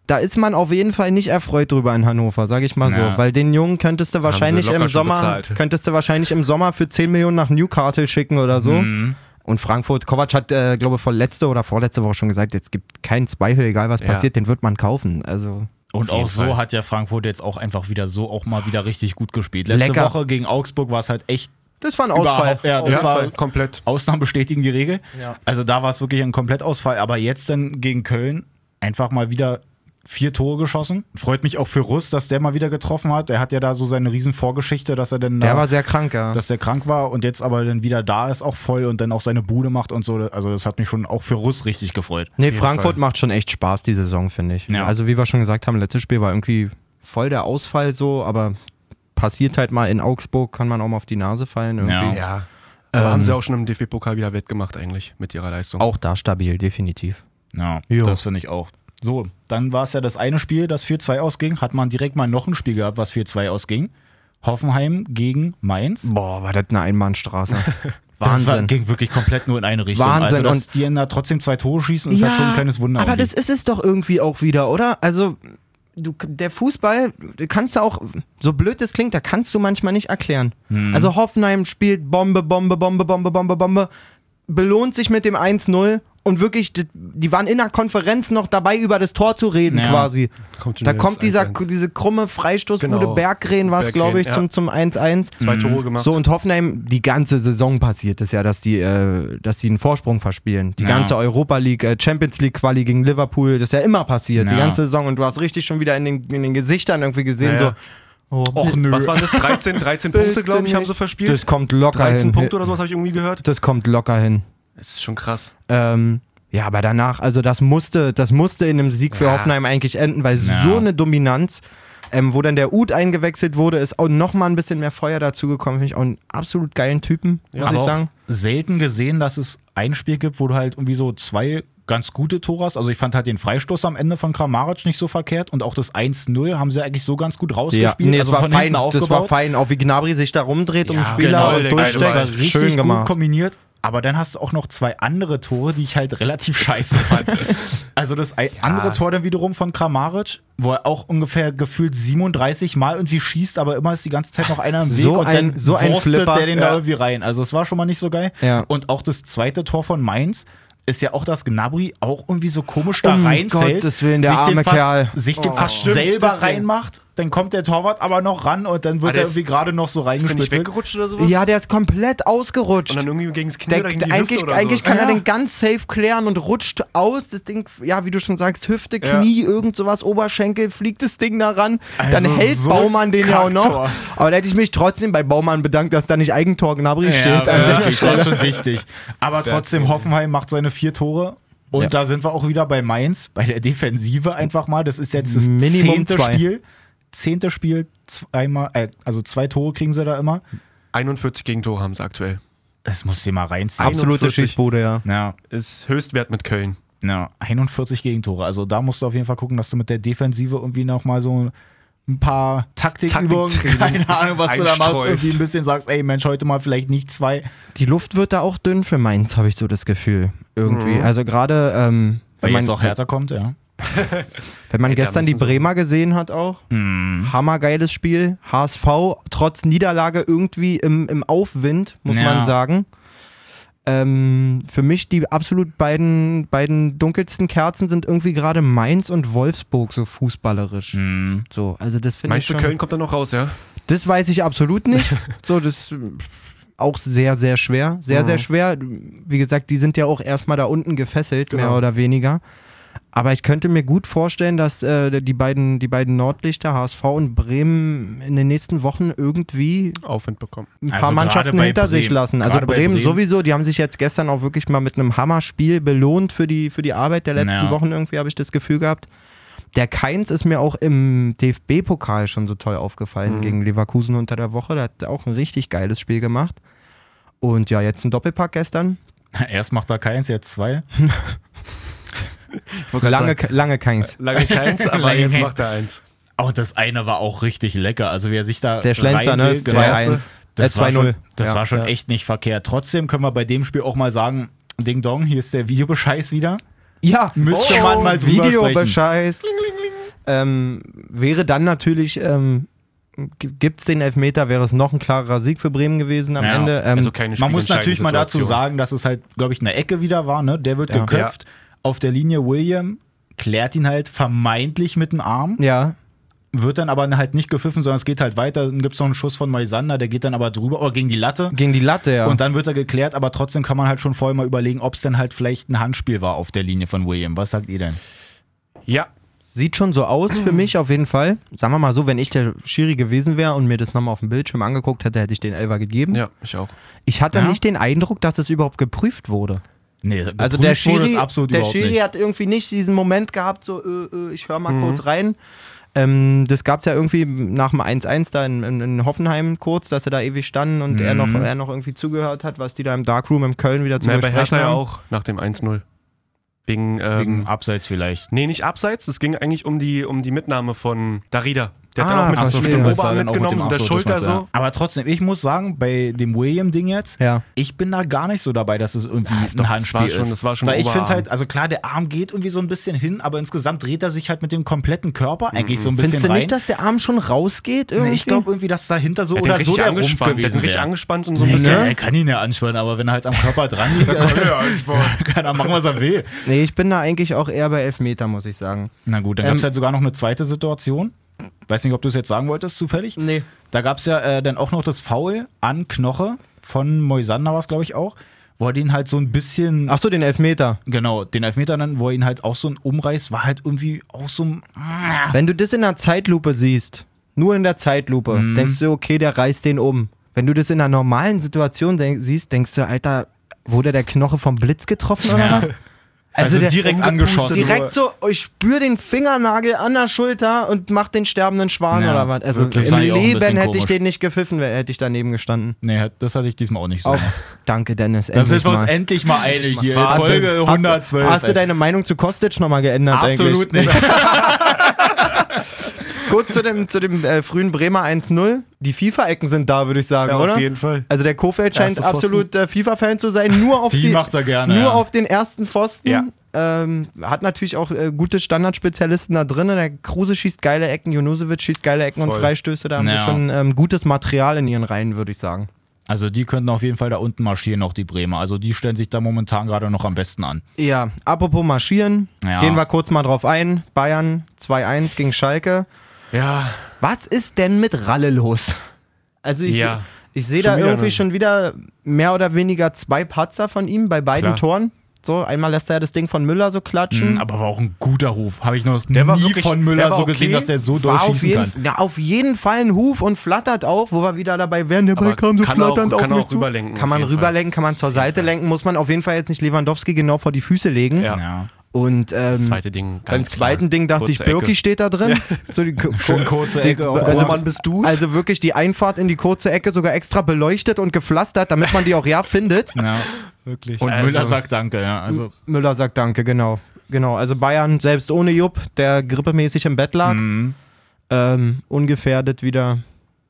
B: Da ist man auf jeden Fall nicht erfreut drüber in Hannover, sage ich mal
D: Ja.
B: so, weil den Jungen könntest du wahrscheinlich
C: locker
B: im
C: schon
B: Sommer
C: bezahlt.
B: könntest du wahrscheinlich im Sommer für 10 Millionen nach Newcastle schicken oder so. Und Frankfurt, Kovac hat, äh, glaube ich, vorletzte oder vorletzte Woche schon gesagt, jetzt gibt keinen Zweifel, egal was
C: Ja.
B: passiert, den wird man kaufen. Also
D: Und auch so
C: Fall.
D: hat ja Frankfurt jetzt auch einfach wieder so auch mal wieder richtig gut gespielt. Letzte
B: Lecker.
D: Woche gegen Augsburg war es halt echt
B: das war ein Ausfall.
D: überhaupt- Ja, das
C: ja,
D: war
C: komplett.
D: Ausnahmen bestätigen die Regel. Also da war es wirklich ein Komplettausfall. Aber jetzt dann gegen Köln einfach mal wieder vier Tore geschossen. Freut mich auch für Russ, dass der mal wieder getroffen hat. Er hat ja da so seine riesen Vorgeschichte, dass er dann
B: Der
D: da,
B: war sehr krank, ja.
D: dass der krank war und jetzt aber dann wieder da ist, auch voll und dann auch seine Bude macht und so. Also das hat mich schon auch für Russ richtig gefreut.
B: Nee, Frankfurt macht schon echt Spaß die Saison, finde ich.
D: Ja.
B: Also wie wir schon gesagt haben, letztes Spiel war irgendwie voll der Ausfall so, aber passiert halt mal in Augsburg, kann man auch mal auf die Nase fallen. Irgendwie.
C: Ja.
B: Ähm.
C: Aber haben sie auch schon im DFB-Pokal wieder wettgemacht, eigentlich, mit ihrer Leistung.
B: Auch da stabil, definitiv.
D: Ja,
B: Jo.
D: das finde ich auch. So, dann war es ja das eine Spiel, das 4-2 ausging. Hat man direkt mal noch ein Spiel gehabt, was 4-2 ausging. Hoffenheim gegen Mainz.
B: Boah, war das eine Einbahnstraße.
D: Das war,
B: Wahnsinn.
D: ging wirklich komplett nur in eine Richtung. Also,
B: Wahnsinn.
D: dass die da trotzdem zwei Tore schießen, ist halt schon ein kleines Wunder.
B: Aber das
D: irgendwie.
B: ist es doch irgendwie auch wieder, oder? Also, du, der Fußball, du kannst du auch, so blöd das klingt, da kannst du manchmal nicht erklären.
D: Hm.
B: Also, Hoffenheim spielt Bombe, Bombe, Bombe, Bombe, Bombe, Bombe, belohnt sich mit dem 1-0 und wirklich, die, die waren in der Konferenz noch dabei, über das Tor zu reden
D: Ja.
B: quasi.
C: Kommt schon
B: da
C: wieder
B: kommt
C: das
B: dieser,
C: 1-1.
B: diese krumme Freistoßbude,
C: Genau.
B: Berggren war es, glaube ich,
C: Berggren,
B: zum zum 1-1.
C: Zwei Tore gemacht.
B: So, und Hoffenheim, die ganze Saison passiert es ja, dass die, äh, dass die einen Vorsprung verspielen. Die
D: Ja.
B: ganze Europa League, äh, Champions League Quali gegen Liverpool, das ist ja immer passiert, die
D: Ja.
B: ganze Saison. Und du hast richtig schon wieder in den, in den Gesichtern irgendwie gesehen,
C: Ja, ja.
B: so, oh,
D: Och nö.
C: Was waren das? 13, 13 Punkte, glaube ich, haben sie verspielt.
B: das kommt locker
C: 13
B: hin.
C: Punkte oder sowas habe ich irgendwie gehört.
B: Das kommt locker hin.
C: Das ist schon krass.
B: Ähm, ja, aber danach, also das musste, das musste in einem Sieg für Hoffenheim eigentlich enden, weil
D: Ja.
B: so eine Dominanz, ähm, wo dann der Uth eingewechselt wurde, ist auch nochmal ein bisschen mehr Feuer dazugekommen. Finde ich auch einen absolut geilen Typen, muss
D: Aber
B: ich
D: auch
B: sagen.
D: selten gesehen, dass es ein Spiel gibt, wo du halt irgendwie so zwei ganz gute Tore hast. Also ich fand halt den Freistoß am Ende von Kramaric nicht so verkehrt und auch das 1-0 haben sie eigentlich so ganz gut rausgespielt.
B: Nee,
D: also
B: es war
D: von
B: fein,
D: hinten
B: das war
D: aufgebaut.
B: fein, auch wie Gnabry sich da rumdreht um den
D: Ja,
B: Spieler
C: genau,
B: und
C: der Geil,
D: Das war
B: durchsteckt.
D: richtig
B: Schön
D: gut
B: gemacht.
D: kombiniert. Aber dann hast du auch noch zwei andere Tore, die ich halt relativ scheiße fand. Also das ei- andere Tor dann wiederum von Kramaric, wo er auch ungefähr gefühlt 37 Mal irgendwie schießt, aber immer ist die ganze Zeit noch einer im Weg
B: So
D: und
B: ein-
D: dann
B: so ein
D: wurstet
B: Flipper,
D: der den
B: ja.
D: da irgendwie rein. Also es war schon mal nicht so geil.
B: Ja.
D: Und auch das zweite Tor von Mainz ist ja auch, dass Gnabry auch irgendwie so komisch da
B: Um
D: reinfällt.
B: Gottes Willen, der
D: sich
B: arme
D: den fast,
B: Kerl. Oh.
D: Sich den fast
C: stimmt,
D: selber
C: das Ding.
D: reinmacht, dann kommt der Torwart aber noch ran und dann
C: Ah,
D: wird
C: der
D: er
C: ist-
D: irgendwie gerade noch so
C: Ist der nicht
D: reingeschmissen.
C: weggerutscht oder sowas?
B: Ja, der ist komplett ausgerutscht.
C: Und dann irgendwie gegen das Knie
B: Der,
C: oder gegen die
B: eigentlich
C: Hüfte oder
B: eigentlich kann
C: sowas.
B: er
D: Ja.
B: den ganz safe klären und rutscht aus. Das Ding, ja, wie du schon sagst, Hüfte, Knie, irgend sowas, Oberschenkel, fliegt das Ding da ran.
D: Also
B: dann hält
D: so
B: Baumann den ja auch noch.
D: Kacktor.
B: Aber da hätte ich mich trotzdem bei Baumann bedankt, dass da nicht Eigentor Gnabry steht. Also
D: Ja,
B: an seiner
D: wirklich,
B: Stelle.
D: das war schon wichtig. Aber trotzdem, Hoffenheim macht seine vier Tore. Und da sind wir auch wieder bei Mainz, bei der Defensive einfach mal. Das ist jetzt das
B: Minimum
D: zehnte
B: zwei.
D: Spiel. Zehnte Spiel, zweimal, äh, also zwei Tore kriegen sie da immer.
C: 41 Gegentore haben sie aktuell.
D: Das muss sie mal reinziehen.
B: Absolute
C: 41.
B: Schießbude, ja.
D: Ja,
C: Ist Höchstwert mit Köln.
D: ja, 41 Gegentore. Also da musst du auf jeden Fall gucken, dass du mit der Defensive irgendwie nochmal so ein paar Taktikübungen,
C: Taktiktraining
D: keine Ahnung, was du da machst,
C: einstreust.
D: irgendwie ein bisschen sagst, ey Mensch, heute mal vielleicht nicht zwei.
B: Die Luft wird da auch dünn für Mainz, habe ich so das Gefühl. Irgendwie. Also gerade, ähm,
D: Mhm. Weil
B: wenn man,
D: jetzt auch härter kommt, ja.
B: äh, wenn man gestern die
C: müssen sie- Mhm.
B: Bremer gesehen hat auch, hammergeiles Spiel. HSV trotz Niederlage irgendwie im, im Aufwind, muss
D: Ja.
B: man sagen. Ähm, für mich die absolut beiden, beiden dunkelsten Kerzen sind irgendwie gerade Mainz und Wolfsburg so fußballerisch.
C: Mhm.
D: Mhm.
B: So, also das finde ich
C: Meinst du,
B: schon,
C: Köln kommt da noch raus, ja?
B: Das weiß ich absolut nicht. So, das ist äh, auch sehr, sehr schwer. Sehr, sehr schwer. Wie gesagt, die sind ja auch erstmal da unten gefesselt, mehr
C: Genau.
B: oder weniger. Aber ich könnte mir gut vorstellen, dass äh, die, beiden, die beiden Nordlichter, HSV und Bremen, in den nächsten Wochen irgendwie
C: Aufwind bekommen.
B: ein
D: Also
B: paar
D: gerade
B: Mannschaften
D: bei
B: hinter sich
D: Bremen.
B: lassen. Also
D: Gerade bei
B: Bremen,
D: Bremen.
B: sowieso, die haben sich jetzt gestern auch wirklich mal mit einem Hammerspiel belohnt für die, für die Arbeit der letzten
D: Ja.
B: Wochen irgendwie, habe ich das Gefühl gehabt. Der Keins ist mir auch im DFB-Pokal schon so toll
D: Mhm.
B: aufgefallen gegen Leverkusen unter der Woche. Da hat er auch ein richtig geiles Spiel gemacht. Und ja, jetzt ein Doppelpack gestern.
D: Erst macht da keins, jetzt zwei.
B: Lange, lange Keins.
C: Lange keins, aber
D: Lange
C: jetzt
D: keins.
C: macht er eins.
D: Oh, das eine war auch richtig lecker. Also wer sich da
B: Der Schlenzer, ne?
D: reinlegt,
B: Ist
D: genau.
B: 2-1.
D: Das,
B: Äh,
D: war
B: 2-0.
D: schon, das
B: Ja.
D: war schon echt nicht verkehrt. Trotzdem können wir bei dem Spiel auch mal sagen, Ding Dong, hier ist der Videobescheiß wieder.
B: Ja,
D: Müsste man mal drüber
B: Videobescheiß. Ähm, wäre dann natürlich, ähm, gibt es den Elfmeter, wäre es noch ein klarerer Sieg für Bremen gewesen am
D: Ja.
B: Ende. Ähm,
C: Also keine
D: Man muss natürlich mal dazu
C: Situation.
D: sagen, dass es halt, glaube ich, eine Ecke wieder war. Ne? Der wird
B: Ja.
D: geköpft. Auf der Linie William klärt ihn halt vermeintlich mit dem Arm,
B: ja,
D: wird dann aber halt nicht gepfiffen, sondern es geht halt weiter. Dann gibt es noch einen Schuss von Moisander, der geht dann aber drüber, oder gegen die Latte.
B: gegen die Latte, ja.
D: Und dann wird er geklärt, aber trotzdem kann man halt schon vorher mal überlegen, ob es denn halt vielleicht ein Handspiel war auf der Linie von William. Was sagt ihr denn?
C: Ja,
B: Sieht schon so aus für mich auf jeden Fall. Sagen wir mal so, wenn ich der Schiri gewesen wäre und mir das nochmal auf dem Bildschirm angeguckt hätte, hätte ich den Elfer gegeben.
C: ja, ich auch.
B: Ich hatte
D: Ja.
B: nicht den Eindruck, dass es überhaupt geprüft wurde.
D: Nee,
B: Also
D: geprüft
B: der
D: wurde
B: Schiri,
D: es absolut
B: der
D: überhaupt
B: Schiri
D: nicht.
B: hat irgendwie nicht diesen Moment gehabt, so äh, äh, ich höre mal kurz rein. Ähm, das gab es ja irgendwie nach dem 1-1 da in, in, in Hoffenheim kurz, dass er da ewig standen und er, noch, er noch irgendwie zugehört hat, was die da im Darkroom in Köln wieder zu
C: Nein, bei
B: besprechen
C: Hertha ja
B: haben.
C: auch nach dem 1-0. Wegen, ähm,
D: Wegen Abseits vielleicht.
C: nee, nicht abseits. Es ging eigentlich um die, um die Mitnahme von Darida. Der hat dann
B: Ah,
C: auch mit
B: ach so,
C: dem
B: stimmt,
D: weil's da
C: Oberarm
D: dann auch mit
C: mitgenommen,
D: dem- ach
C: mit der
D: so, das
C: Schulter
D: meinst du, ja.
C: so.
D: Aber trotzdem, ich muss sagen, bei dem William-Ding jetzt,
B: Ja.
D: ich bin da gar nicht so dabei, dass es irgendwie
C: ist
D: ein
C: doch- das
D: Handspiel
C: war schon-
D: ist.
C: das war schon
D: Weil ich finde
C: Oberarm.
D: halt, also klar, der Arm geht irgendwie so ein bisschen hin, aber insgesamt dreht er sich halt mit dem kompletten Körper eigentlich
C: Mhm.
D: so ein bisschen
B: Findest du
D: rein.
B: nicht, dass der Arm schon rausgeht irgendwie?
D: Nee, ich glaube irgendwie, dass dahinter so
C: Der hat den
D: oder so
C: richtig
D: der Rumpf
C: angespannt, der hat den
D: gewesen
C: richtig
D: wäre.
C: angespannt und so ein
D: Nee,
C: bisschen.
D: Er kann ihn ja ne? anspannen, aber wenn er halt am Körper dran liegt, kann er kann er machen, was er will.
B: Nee, ich bin da eigentlich auch eher bei Elfmeter, muss ich sagen.
D: Na gut, dann
B: Ähm,
D: gab es halt sogar noch eine zweite Situation. Weiß nicht, ob du es jetzt sagen wolltest, zufällig.
B: Nee.
D: Da gab es ja äh, dann auch noch das Foul an Knoche von Moisander, war es glaube ich auch, wo er den halt so ein bisschen,
B: Ach so, den Elfmeter.
D: genau, den Elfmeter dann, wo er ihn halt auch so ein Umreiß, war halt irgendwie auch so ein,
B: Wenn du das in der Zeitlupe siehst, nur in der Zeitlupe,
D: Mhm.
B: denkst du, okay, der reißt den um. Wenn du das in einer normalen Situation denk siehst, denkst du, Alter, wurde der Knoche vom Blitz getroffen oder was?
D: Also
B: der-
D: direkt
B: umgepustet,
D: angeschossen.
B: Direkt so, oh, ich spüre den Fingernagel an der Schulter und mach den sterbenden Schwan
D: Ja,
B: oder was. Also
D: wirklich. Das
B: im
D: war ja auch ein
B: Leben
D: bisschen
B: hätte ich
D: komisch.
B: den nicht gepfiffen, wär- hätte ich daneben gestanden.
D: nee, das hatte ich diesmal auch nicht so.
B: Auch, danke, Dennis.
D: Da sind
B: endlich
D: wir uns
B: mal.
D: endlich mal einig hier.
B: Hast du-
D: Folge
B: hast du-
D: 112.
B: Hast du
D: ey.
B: deine Meinung zu Kostic nochmal geändert eigentlich?
D: Absolut nicht.
B: Kurz zu dem, zu dem äh, frühen Bremer 1-0. Die FIFA-Ecken sind da, würde ich sagen,
C: Ja, auf
B: oder?
C: jeden Fall.
B: Also der Kofeld scheint
C: Erster Pfosten.
B: absolut äh, FIFA-Fan zu sein. Nur auf
D: Die macht er gerne,
B: Nur
D: ja.
B: auf den ersten Pfosten.
C: Ja.
B: Ähm, hat natürlich auch äh, gute Standardspezialisten da drin. Der Kruse schießt geile Ecken, Jonosevic schießt geile Ecken und
C: Voll.
B: Freistöße. Da haben
D: Ja.
B: sie schon ähm, gutes Material in ihren Reihen, würde ich sagen.
D: Also die könnten auf jeden Fall da unten marschieren, auch die Bremer. Also die stellen sich da momentan gerade noch am besten an.
B: Ja, apropos marschieren,
D: Ja.
B: gehen wir kurz mal drauf ein. Bayern 2-1 gegen Schalke.
C: Ja,
B: Was ist denn mit Ralle los? Also ich,
C: Ja.
B: seh- ich sehe
C: Schon
B: da
C: wieder
B: irgendwie
C: einen.
B: schon wieder mehr oder weniger zwei Patzer von ihm bei beiden
C: Klar.
B: Toren. So, einmal lässt er das Ding von Müller so klatschen.
D: Mhm, Aber war auch ein guter Ruf. Habe ich noch nie
C: war wirklich-
D: von
C: der
D: Müller
C: war
D: so
C: okay.
D: gesehen, dass der so
B: War auf,
D: durchschießen
B: jeden,
D: kann.
B: na, auf jeden Fall ein Huf und flattert auch, wo wir wieder dabei wären. Der Ball
C: Aber
B: kam so
C: kann er
B: flatternd
C: auch-
B: auf
C: kann er
B: mich
C: auch
B: zu.
C: rüberlenken,
B: Kann
C: auf
B: man
C: jeden Fall.
B: rüberlenken, kann man zur Seite lenken. Muss man auf jeden Fall jetzt nicht Lewandowski genau vor die Füße legen.
C: Ja.
D: Ja.
B: Und ähm,
C: zweite Ding.
B: beim
C: ganz klar.
B: zweiten Ding dachte
C: Kurze
B: ich, Birki
C: Ecke.
B: steht da drin. So die, Schön
D: kurze
B: die,
D: Ecke auf
B: also,
C: Roman, bist du's?
B: Also wirklich die Einfahrt in die kurze Ecke sogar extra beleuchtet und gepflastert, damit man die auch ja findet.
D: Ja.
C: Wirklich.
D: Und
C: Also-
D: Müller sagt Danke. Ja. Also
B: Müller sagt Danke, genau. Genau, also Bayern selbst ohne Jupp, der grippemäßig im Bett lag, ähm, ungefährdet wieder.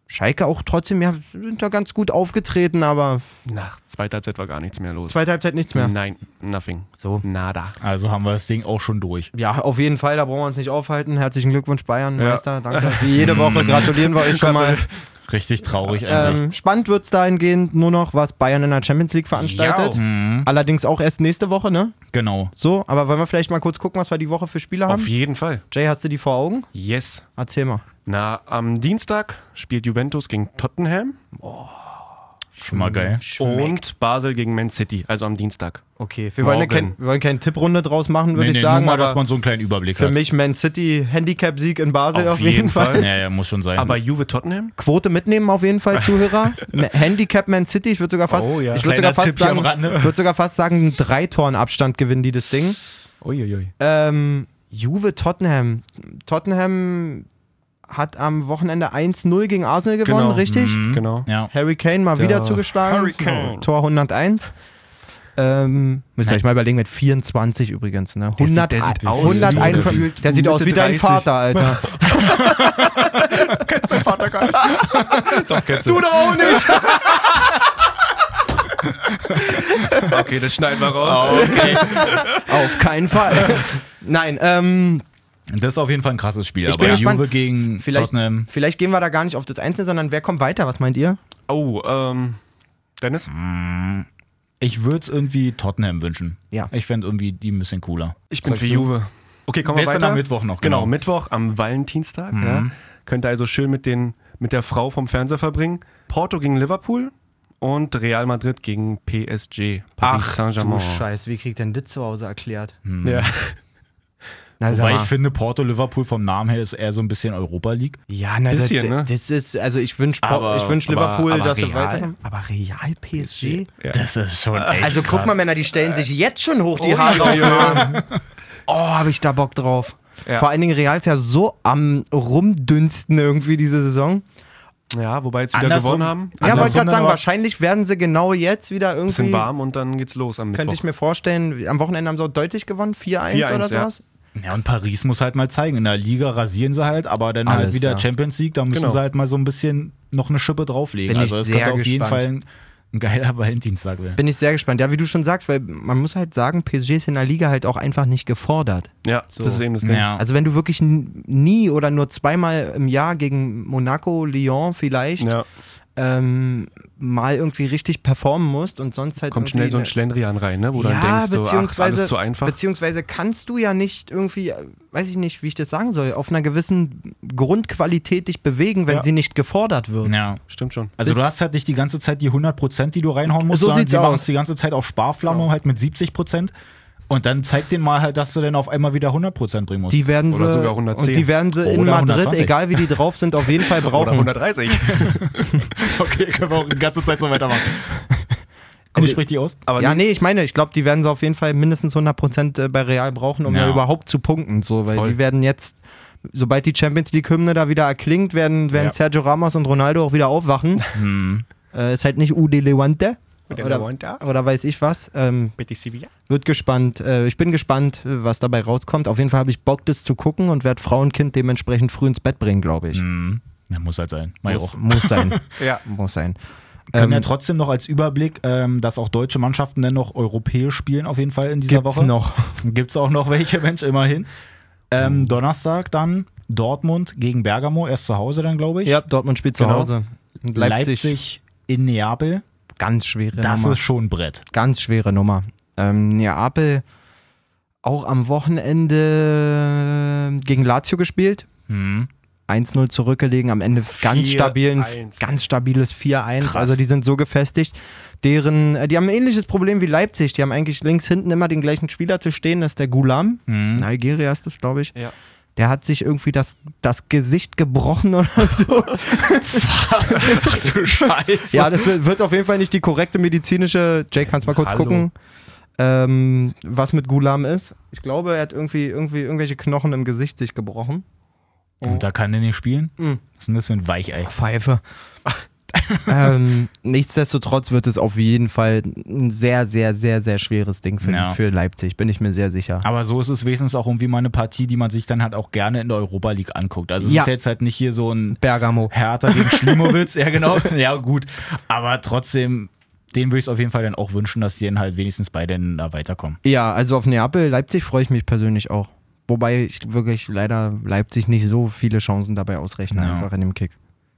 B: Schalke auch trotzdem, ja, sind da ganz gut aufgetreten, aber
C: Nach zweiter Halbzeit war gar nichts mehr los.
B: zweite Halbzeit nichts mehr.
C: Nein, nothing. So. Nada.
D: also haben wir das Ding auch schon durch.
B: Ja, auf jeden Fall, da brauchen wir uns nicht aufhalten. Herzlichen Glückwunsch, Bayern, Meister, danke. Wie jede Woche gratulieren wir euch schon mal.
D: Richtig traurig eigentlich.
B: Ähm, spannend wird es dahingehend nur noch, was Bayern in der Champions League veranstaltet. Allerdings auch erst nächste Woche, ne?
D: Genau.
B: So, aber wollen wir vielleicht mal kurz gucken, was wir die Woche für Spiele
C: Auf
B: haben?
C: jeden Fall.
B: Jay, hast du die vor Augen?
C: Yes.
B: Erzähl mal.
C: Na, am Dienstag spielt Juventus gegen Tottenham
D: Schon mal geil.
C: und Basel gegen Man City, also am Dienstag.
D: Oh
B: Okay, wir wollen, ja
C: Morgen.
B: kein, wir wollen keine Tipprunde draus machen, würde
D: Nee,
B: ich
D: nee,
B: sagen.
D: nur mal,
B: aber
D: dass man so einen kleinen Überblick
B: für
D: hat.
B: mich Man City Handicap-Sieg in Basel auf,
C: Auf
B: jeden,
C: jeden
B: Fall.
C: Fall.
D: Ja, ja, muss schon sein.
C: Aber Juve Tottenham?
B: Quote mitnehmen auf jeden Fall, Zuhörer. Ma- Handicap Man City, ich würde sogar fast,
C: Oh, ja.
B: ich würde
D: Kleiner
B: sogar fast
D: Tipp hier
B: sagen,
D: am Rande.
B: würde sogar fast sagen, einen drei Toren Abstand gewinnen die das Ding.
C: Uiuiui.
B: Ähm, Juve Tottenham. Tottenham hat am Wochenende 1-0 gegen Arsenal gewonnen,
C: Genau.
B: richtig?
D: Mhm.
C: Genau.
D: Hm? ja.
B: Harry Kane mal wieder
C: Der
B: zugeschlagen.
C: Harry Kane.
B: Tor 101. Ähm, müsst ihr euch mal überlegen, mit 24 übrigens. Ne? 100,
C: der sieht aus wie
B: 101
C: gefühlt
B: der sieht aus wie
C: Mitte
B: dein
C: 30.
B: Vater, Alter.
C: Du doch auch nicht! okay, das schneiden wir raus.
D: Okay.
B: Auf keinen Fall. Nein, ähm,
D: Das ist auf jeden Fall ein krasses Spiel.
B: Ich
D: aber
B: bin gespannt.
D: Juve gegen
B: vielleicht,
D: Tottenham.
B: vielleicht gehen wir da gar nicht auf das Einzelne, sondern wer kommt weiter? Was meint ihr?
C: Oh, ähm, Dennis?
D: Hm. Ich würde es irgendwie Tottenham wünschen.
B: Ja.
D: Ich fände irgendwie die ein bisschen cooler.
C: Ich bin für Juve. Okay, kommen
D: Wer
C: wir
D: ist denn
C: weiter.
D: am Mittwoch noch?
C: Genau,
D: Genau. Hm.
C: Mittwoch am Valentinstag. Ja. Könnt ihr also schön mit, den, mit der Frau vom Fernseher verbringen. Porto gegen Liverpool und Real Madrid gegen PSG. Paris Saint-Germain.
B: Scheiß, wie kriegt denn das zu Hause erklärt?
C: Ja.
B: Na, sag
D: Weil ich
B: mal.
D: finde, Porto Liverpool vom Namen her ist eher so ein bisschen Europa League.
B: Ja, na, das,
C: Bisschen, ne?
B: das ist, also ich wünsche
D: Aber-
B: wünsch
C: aber-
B: Liverpool,
C: aber
B: dass sie
C: Real?
B: weiterkommen. Aber Real PSG?
D: Das ist schon
C: Ah.
D: echt
B: Also guck
D: krass.
B: mal, Männer, die stellen sich jetzt schon hoch die Haare auf. Oh, habe ich da Bock drauf.
C: Ja.
B: Vor allen Dingen Real ist ja so am rumdünsten irgendwie diese Saison.
C: ja, wobei jetzt wieder
D: Andersrum-
C: gewonnen haben.
B: Ja,
D: Andersrum
B: wollte gerade
D: dann
B: sagen,
D: aber-
B: wahrscheinlich werden sie genau jetzt wieder
C: bisschen
B: irgendwie,
C: warm und dann geht's los am
B: könnte
C: Mittwoch.
B: ich mir vorstellen, am Wochenende haben sie auch deutlich gewonnen, 4-1 oder
C: 4-1, ja.
B: sowas.
D: Ja, und Paris muss halt mal zeigen. In der Liga rasieren sie halt, aber dann halt
B: Alles,
D: wieder
B: ja.
D: Champions League, da müssen
C: Genau.
D: sie halt mal so ein bisschen noch eine Schippe drauflegen.
B: Bin ich
D: also es
B: sehr
D: könnte auf jeden
B: gespannt.
D: Fall ein, ein geiler Valentinstag werden.
B: Bin ich sehr gespannt. Ja, wie du schon sagst, weil man muss halt sagen, PSG ist in der Liga halt auch einfach nicht gefordert.
C: Ja, das ist eben das Ding.
D: Ja.
B: Also wenn du wirklich n- nie oder nur zweimal im Jahr gegen Monaco, Lyon vielleicht
C: Ja,
B: ähm, mal irgendwie richtig performen musst und sonst halt
C: kommt schnell
B: irgendwie
C: so ein
B: eine-
C: Schlendrian rein, ne? wo
B: ja,
C: dann denkst du, ach, ist
B: beziehungsweise,
C: alles zu einfach.
B: Beziehungsweise kannst du ja nicht irgendwie, äh, weiß ich nicht, wie ich das sagen soll, auf einer gewissen Grundqualität dich bewegen, wenn
C: Ja.
B: sie nicht gefordert wird.
D: ja.
C: Stimmt schon.
D: Also du hast halt nicht die ganze Zeit die 100%, die du reinhauen musst,
B: So
D: sondern
B: sieht's
D: die
B: aus.
D: machen es die ganze Zeit auf Sparflamme halt mit 70%. Und dann zeigt den mal halt, dass du dann auf einmal wieder 100% bringen musst.
B: Die werden
C: Oder
B: sie,
C: sogar 110.
B: Und die werden sie in
D: Oder
B: Madrid,
D: 120.
B: egal wie die drauf sind, auf jeden Fall
C: Oder
B: brauchen.
C: 130.
D: okay, können wir auch die ganze Zeit so weitermachen. Und
B: Also
D: wie spricht die aus?
C: Aber
B: ja,
C: nicht-
B: nee, ich meine, ich glaube, die werden sie auf jeden Fall mindestens 100% bei Real brauchen, um
D: Ja.
B: ja. überhaupt zu punkten. So, weil
C: Voll.
B: die werden jetzt, sobald die Champions League-Hymne da wieder erklingt, werden, werden
D: Ja. Hm.
B: Sergio Ramos und Ronaldo auch wieder aufwachen. Äh, ist halt nicht Ude Lewante. Oder,
C: Lewante.
B: oder weiß ich was. Ähm, wird gespannt. Äh, ich bin gespannt, äh, was dabei rauskommt. Auf jeden Fall habe ich Bock, das zu gucken und werde Frau und Kind dementsprechend früh ins Bett bringen, glaube ich.
D: Ja, Hm. muss halt sein. Mach ich
B: Muss,
D: auch.
B: muss sein.
C: Ja.
B: Muss sein.
D: Können ja
B: Ähm,
D: trotzdem noch als Überblick, ähm, dass auch deutsche Mannschaften dann noch europäisch spielen, auf jeden Fall in dieser
B: gibt's
D: Woche.
B: noch. Hm.
D: Gibt es auch noch welche, Mensch, immerhin. Ähm, Donnerstag dann Dortmund gegen Bergamo, erst zu Hause dann, glaube ich.
B: Ja, Dortmund spielt zu
C: Genau.
B: Hause. Und
D: Leipzig.
B: Leipzig,
D: in Neapel.
B: ganz schwere
D: Das
B: Nummer.
D: ist schon ein Brett.
B: ganz schwere Nummer. Ähm, Neapel auch am Wochenende äh, gegen Lazio gespielt. 1-0 zurückgelegen, am Ende ganz,
C: 4-1.
B: stabilen, ganz stabiles 4-1. Also die sind so gefestigt. Deren, äh, die haben ein ähnliches Problem wie Leipzig. Die haben eigentlich links hinten immer den gleichen Spieler zu stehen, das ist der Gulam. Nigeria ist das, glaube ich.
C: Ja.
B: Der hat sich irgendwie das, das Gesicht gebrochen oder so.
D: du Scheiße.
B: Ja, das wird wird auf jeden Fall nicht die korrekte medizinische. Jake, kannst mal kurz
C: Hallo.
B: gucken, ähm, was mit Gulam ist. Ich glaube, er hat irgendwie, irgendwie irgendwelche Knochen im Gesicht sich gebrochen. Oh.
D: Und da kann der nicht spielen?
B: Hm.
D: Was ist denn das für ein Weichei?
B: Pfeife. ähm, nichtsdestotrotz wird es auf jeden Fall ein sehr, sehr, sehr, sehr schweres Ding für,
D: Ja.
B: für Leipzig, bin ich mir sehr sicher.
D: Aber so ist es wenigstens auch irgendwie mal eine Partie, die man sich dann halt auch gerne in der Europa League anguckt. Also es
B: Ja.
D: ist jetzt halt nicht hier so ein
B: Bergamo.
D: Hertha gegen Schlimowitz, ja genau. Ja, gut. Aber trotzdem, denen würde ich es auf jeden Fall dann auch wünschen, dass die dann halt wenigstens beide dann da weiterkommen.
B: Ja, also auf Neapel, Leipzig freue ich mich persönlich auch. Wobei ich wirklich leider Leipzig nicht so viele Chancen dabei ausrechne,
D: Ja.
B: einfach in dem Kick.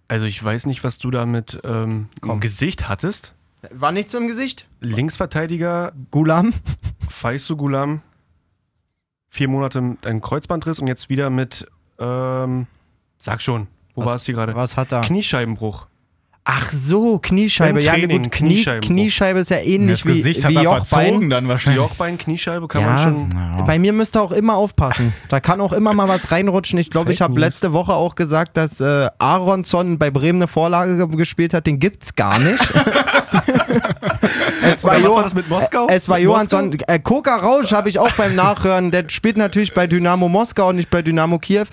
C: Also ich weiß nicht, was du da mit ähm, im Gesicht hattest.
B: War nichts im Gesicht?
C: Linksverteidiger
B: Gulam?
C: Faisu Gulam, vier Monate mit einem Kreuzbandriss und jetzt wieder mit, ähm, sag schon, wo war es hier gerade?
B: Was hat er?
C: Kniescheibenbruch.
B: Ach so, Kniescheibe.
C: Im
B: Ja,
C: Training,
B: gut, Knie,
C: Kniescheibenbruch.
B: Kniescheibe ist ja ähnlich
D: das
B: wie,
D: Gesicht hat
B: wie
D: er verzogen
B: Jochbein.
D: dann wahrscheinlich.
C: Jochbein, Kniescheibe kann man
B: Ja,
C: schon.
D: Ja.
B: Bei mir müsst ihr auch immer aufpassen. Da kann auch immer mal was reinrutschen. Ich glaube, ich habe letzte Woche auch gesagt, dass äh, Aronson bei Bremen eine Vorlage ge- gespielt hat. Den gibt's gar nicht. es war,
C: Oder was
B: Johann-
C: war das mit Moskau?
B: Es war
C: Mit
B: Johansson.
C: Moskau?
B: Äh, Koka Rausch habe ich auch beim Nachhören. Der spielt natürlich bei Dynamo Moskau und nicht bei Dynamo Kiew.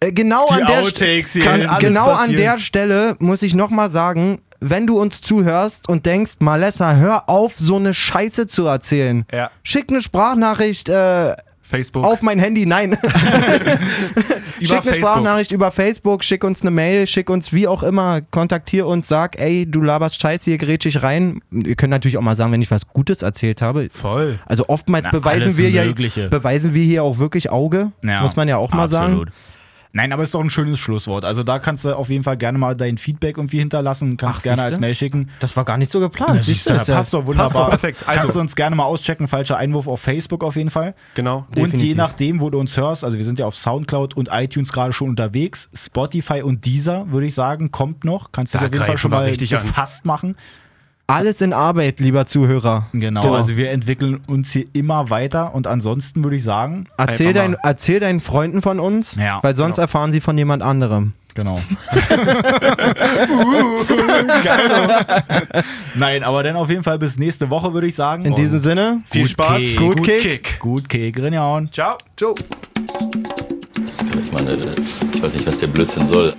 B: Äh, genau
D: Die
B: an der
D: Outtakes hier.
B: kann,
D: Alles
B: genau an
C: passieren.
B: der Stelle muss ich nochmal sagen, wenn du uns zuhörst und denkst, Malessa, hör auf, so eine Scheiße zu erzählen.
C: Ja.
B: Schick eine Sprachnachricht äh,
C: Facebook.
B: auf mein Handy. Nein.
C: über
B: schick eine Sprachnachricht über Facebook, schick uns eine Mail, schick uns wie auch immer, kontaktier uns, sag, ey, du laberst Scheiße, hier grätsch ich rein. Ihr könnt natürlich auch mal sagen, wenn ich was Gutes erzählt habe.
C: Voll.
B: Also oftmals
D: Na,
B: beweisen
D: alles
B: wir ja
D: Mögliche.
B: beweisen wir hier auch wirklich Auge,
D: Ja,
B: muss man ja auch mal
D: absolut.
B: sagen.
D: Nein, aber ist doch ein schönes Schlusswort. Also da kannst du auf jeden Fall gerne mal dein Feedback irgendwie hinterlassen, kannst
B: Ach,
D: gerne als
B: siehste?
D: Mail schicken.
B: Das war gar nicht so geplant.
D: Das
B: Siehst du, das
D: passt doch wunderbar.
C: Passt doch perfekt. Also-
D: kannst du uns gerne mal auschecken, falscher Einwurf auf Facebook auf jeden Fall.
C: Genau.
D: Und je
B: Definitiv.
D: nachdem, wo du uns hörst, also wir sind ja auf Soundcloud und iTunes gerade schon unterwegs, Spotify und Deezer, würde ich sagen, kommt noch. Kannst du
C: Da
D: dir auf jeden Fall
C: greifen
D: schon
C: wir
D: mal
C: richtig an.
D: gefasst machen.
B: Alles in Arbeit, lieber Zuhörer.
D: Genau,
B: So.
D: also wir entwickeln uns hier immer weiter und ansonsten würde ich sagen,
B: erzähl,
C: Einfach
B: dein, erzähl deinen Freunden von uns,
D: Ja,
B: weil sonst erfahren sie von jemand anderem.
D: Genau. Geil, oder? Nein, aber dann auf jeden Fall bis nächste Woche, würde ich sagen.
B: In diesem Sinne,
C: Viel
D: Gut
C: Spaß.
D: Kick.
B: Gut Kick.
D: Gut, Kick, Grinjaun.
C: Ciao.
H: äh, Ich meine, ich weiß nicht, was der Blödsinn soll.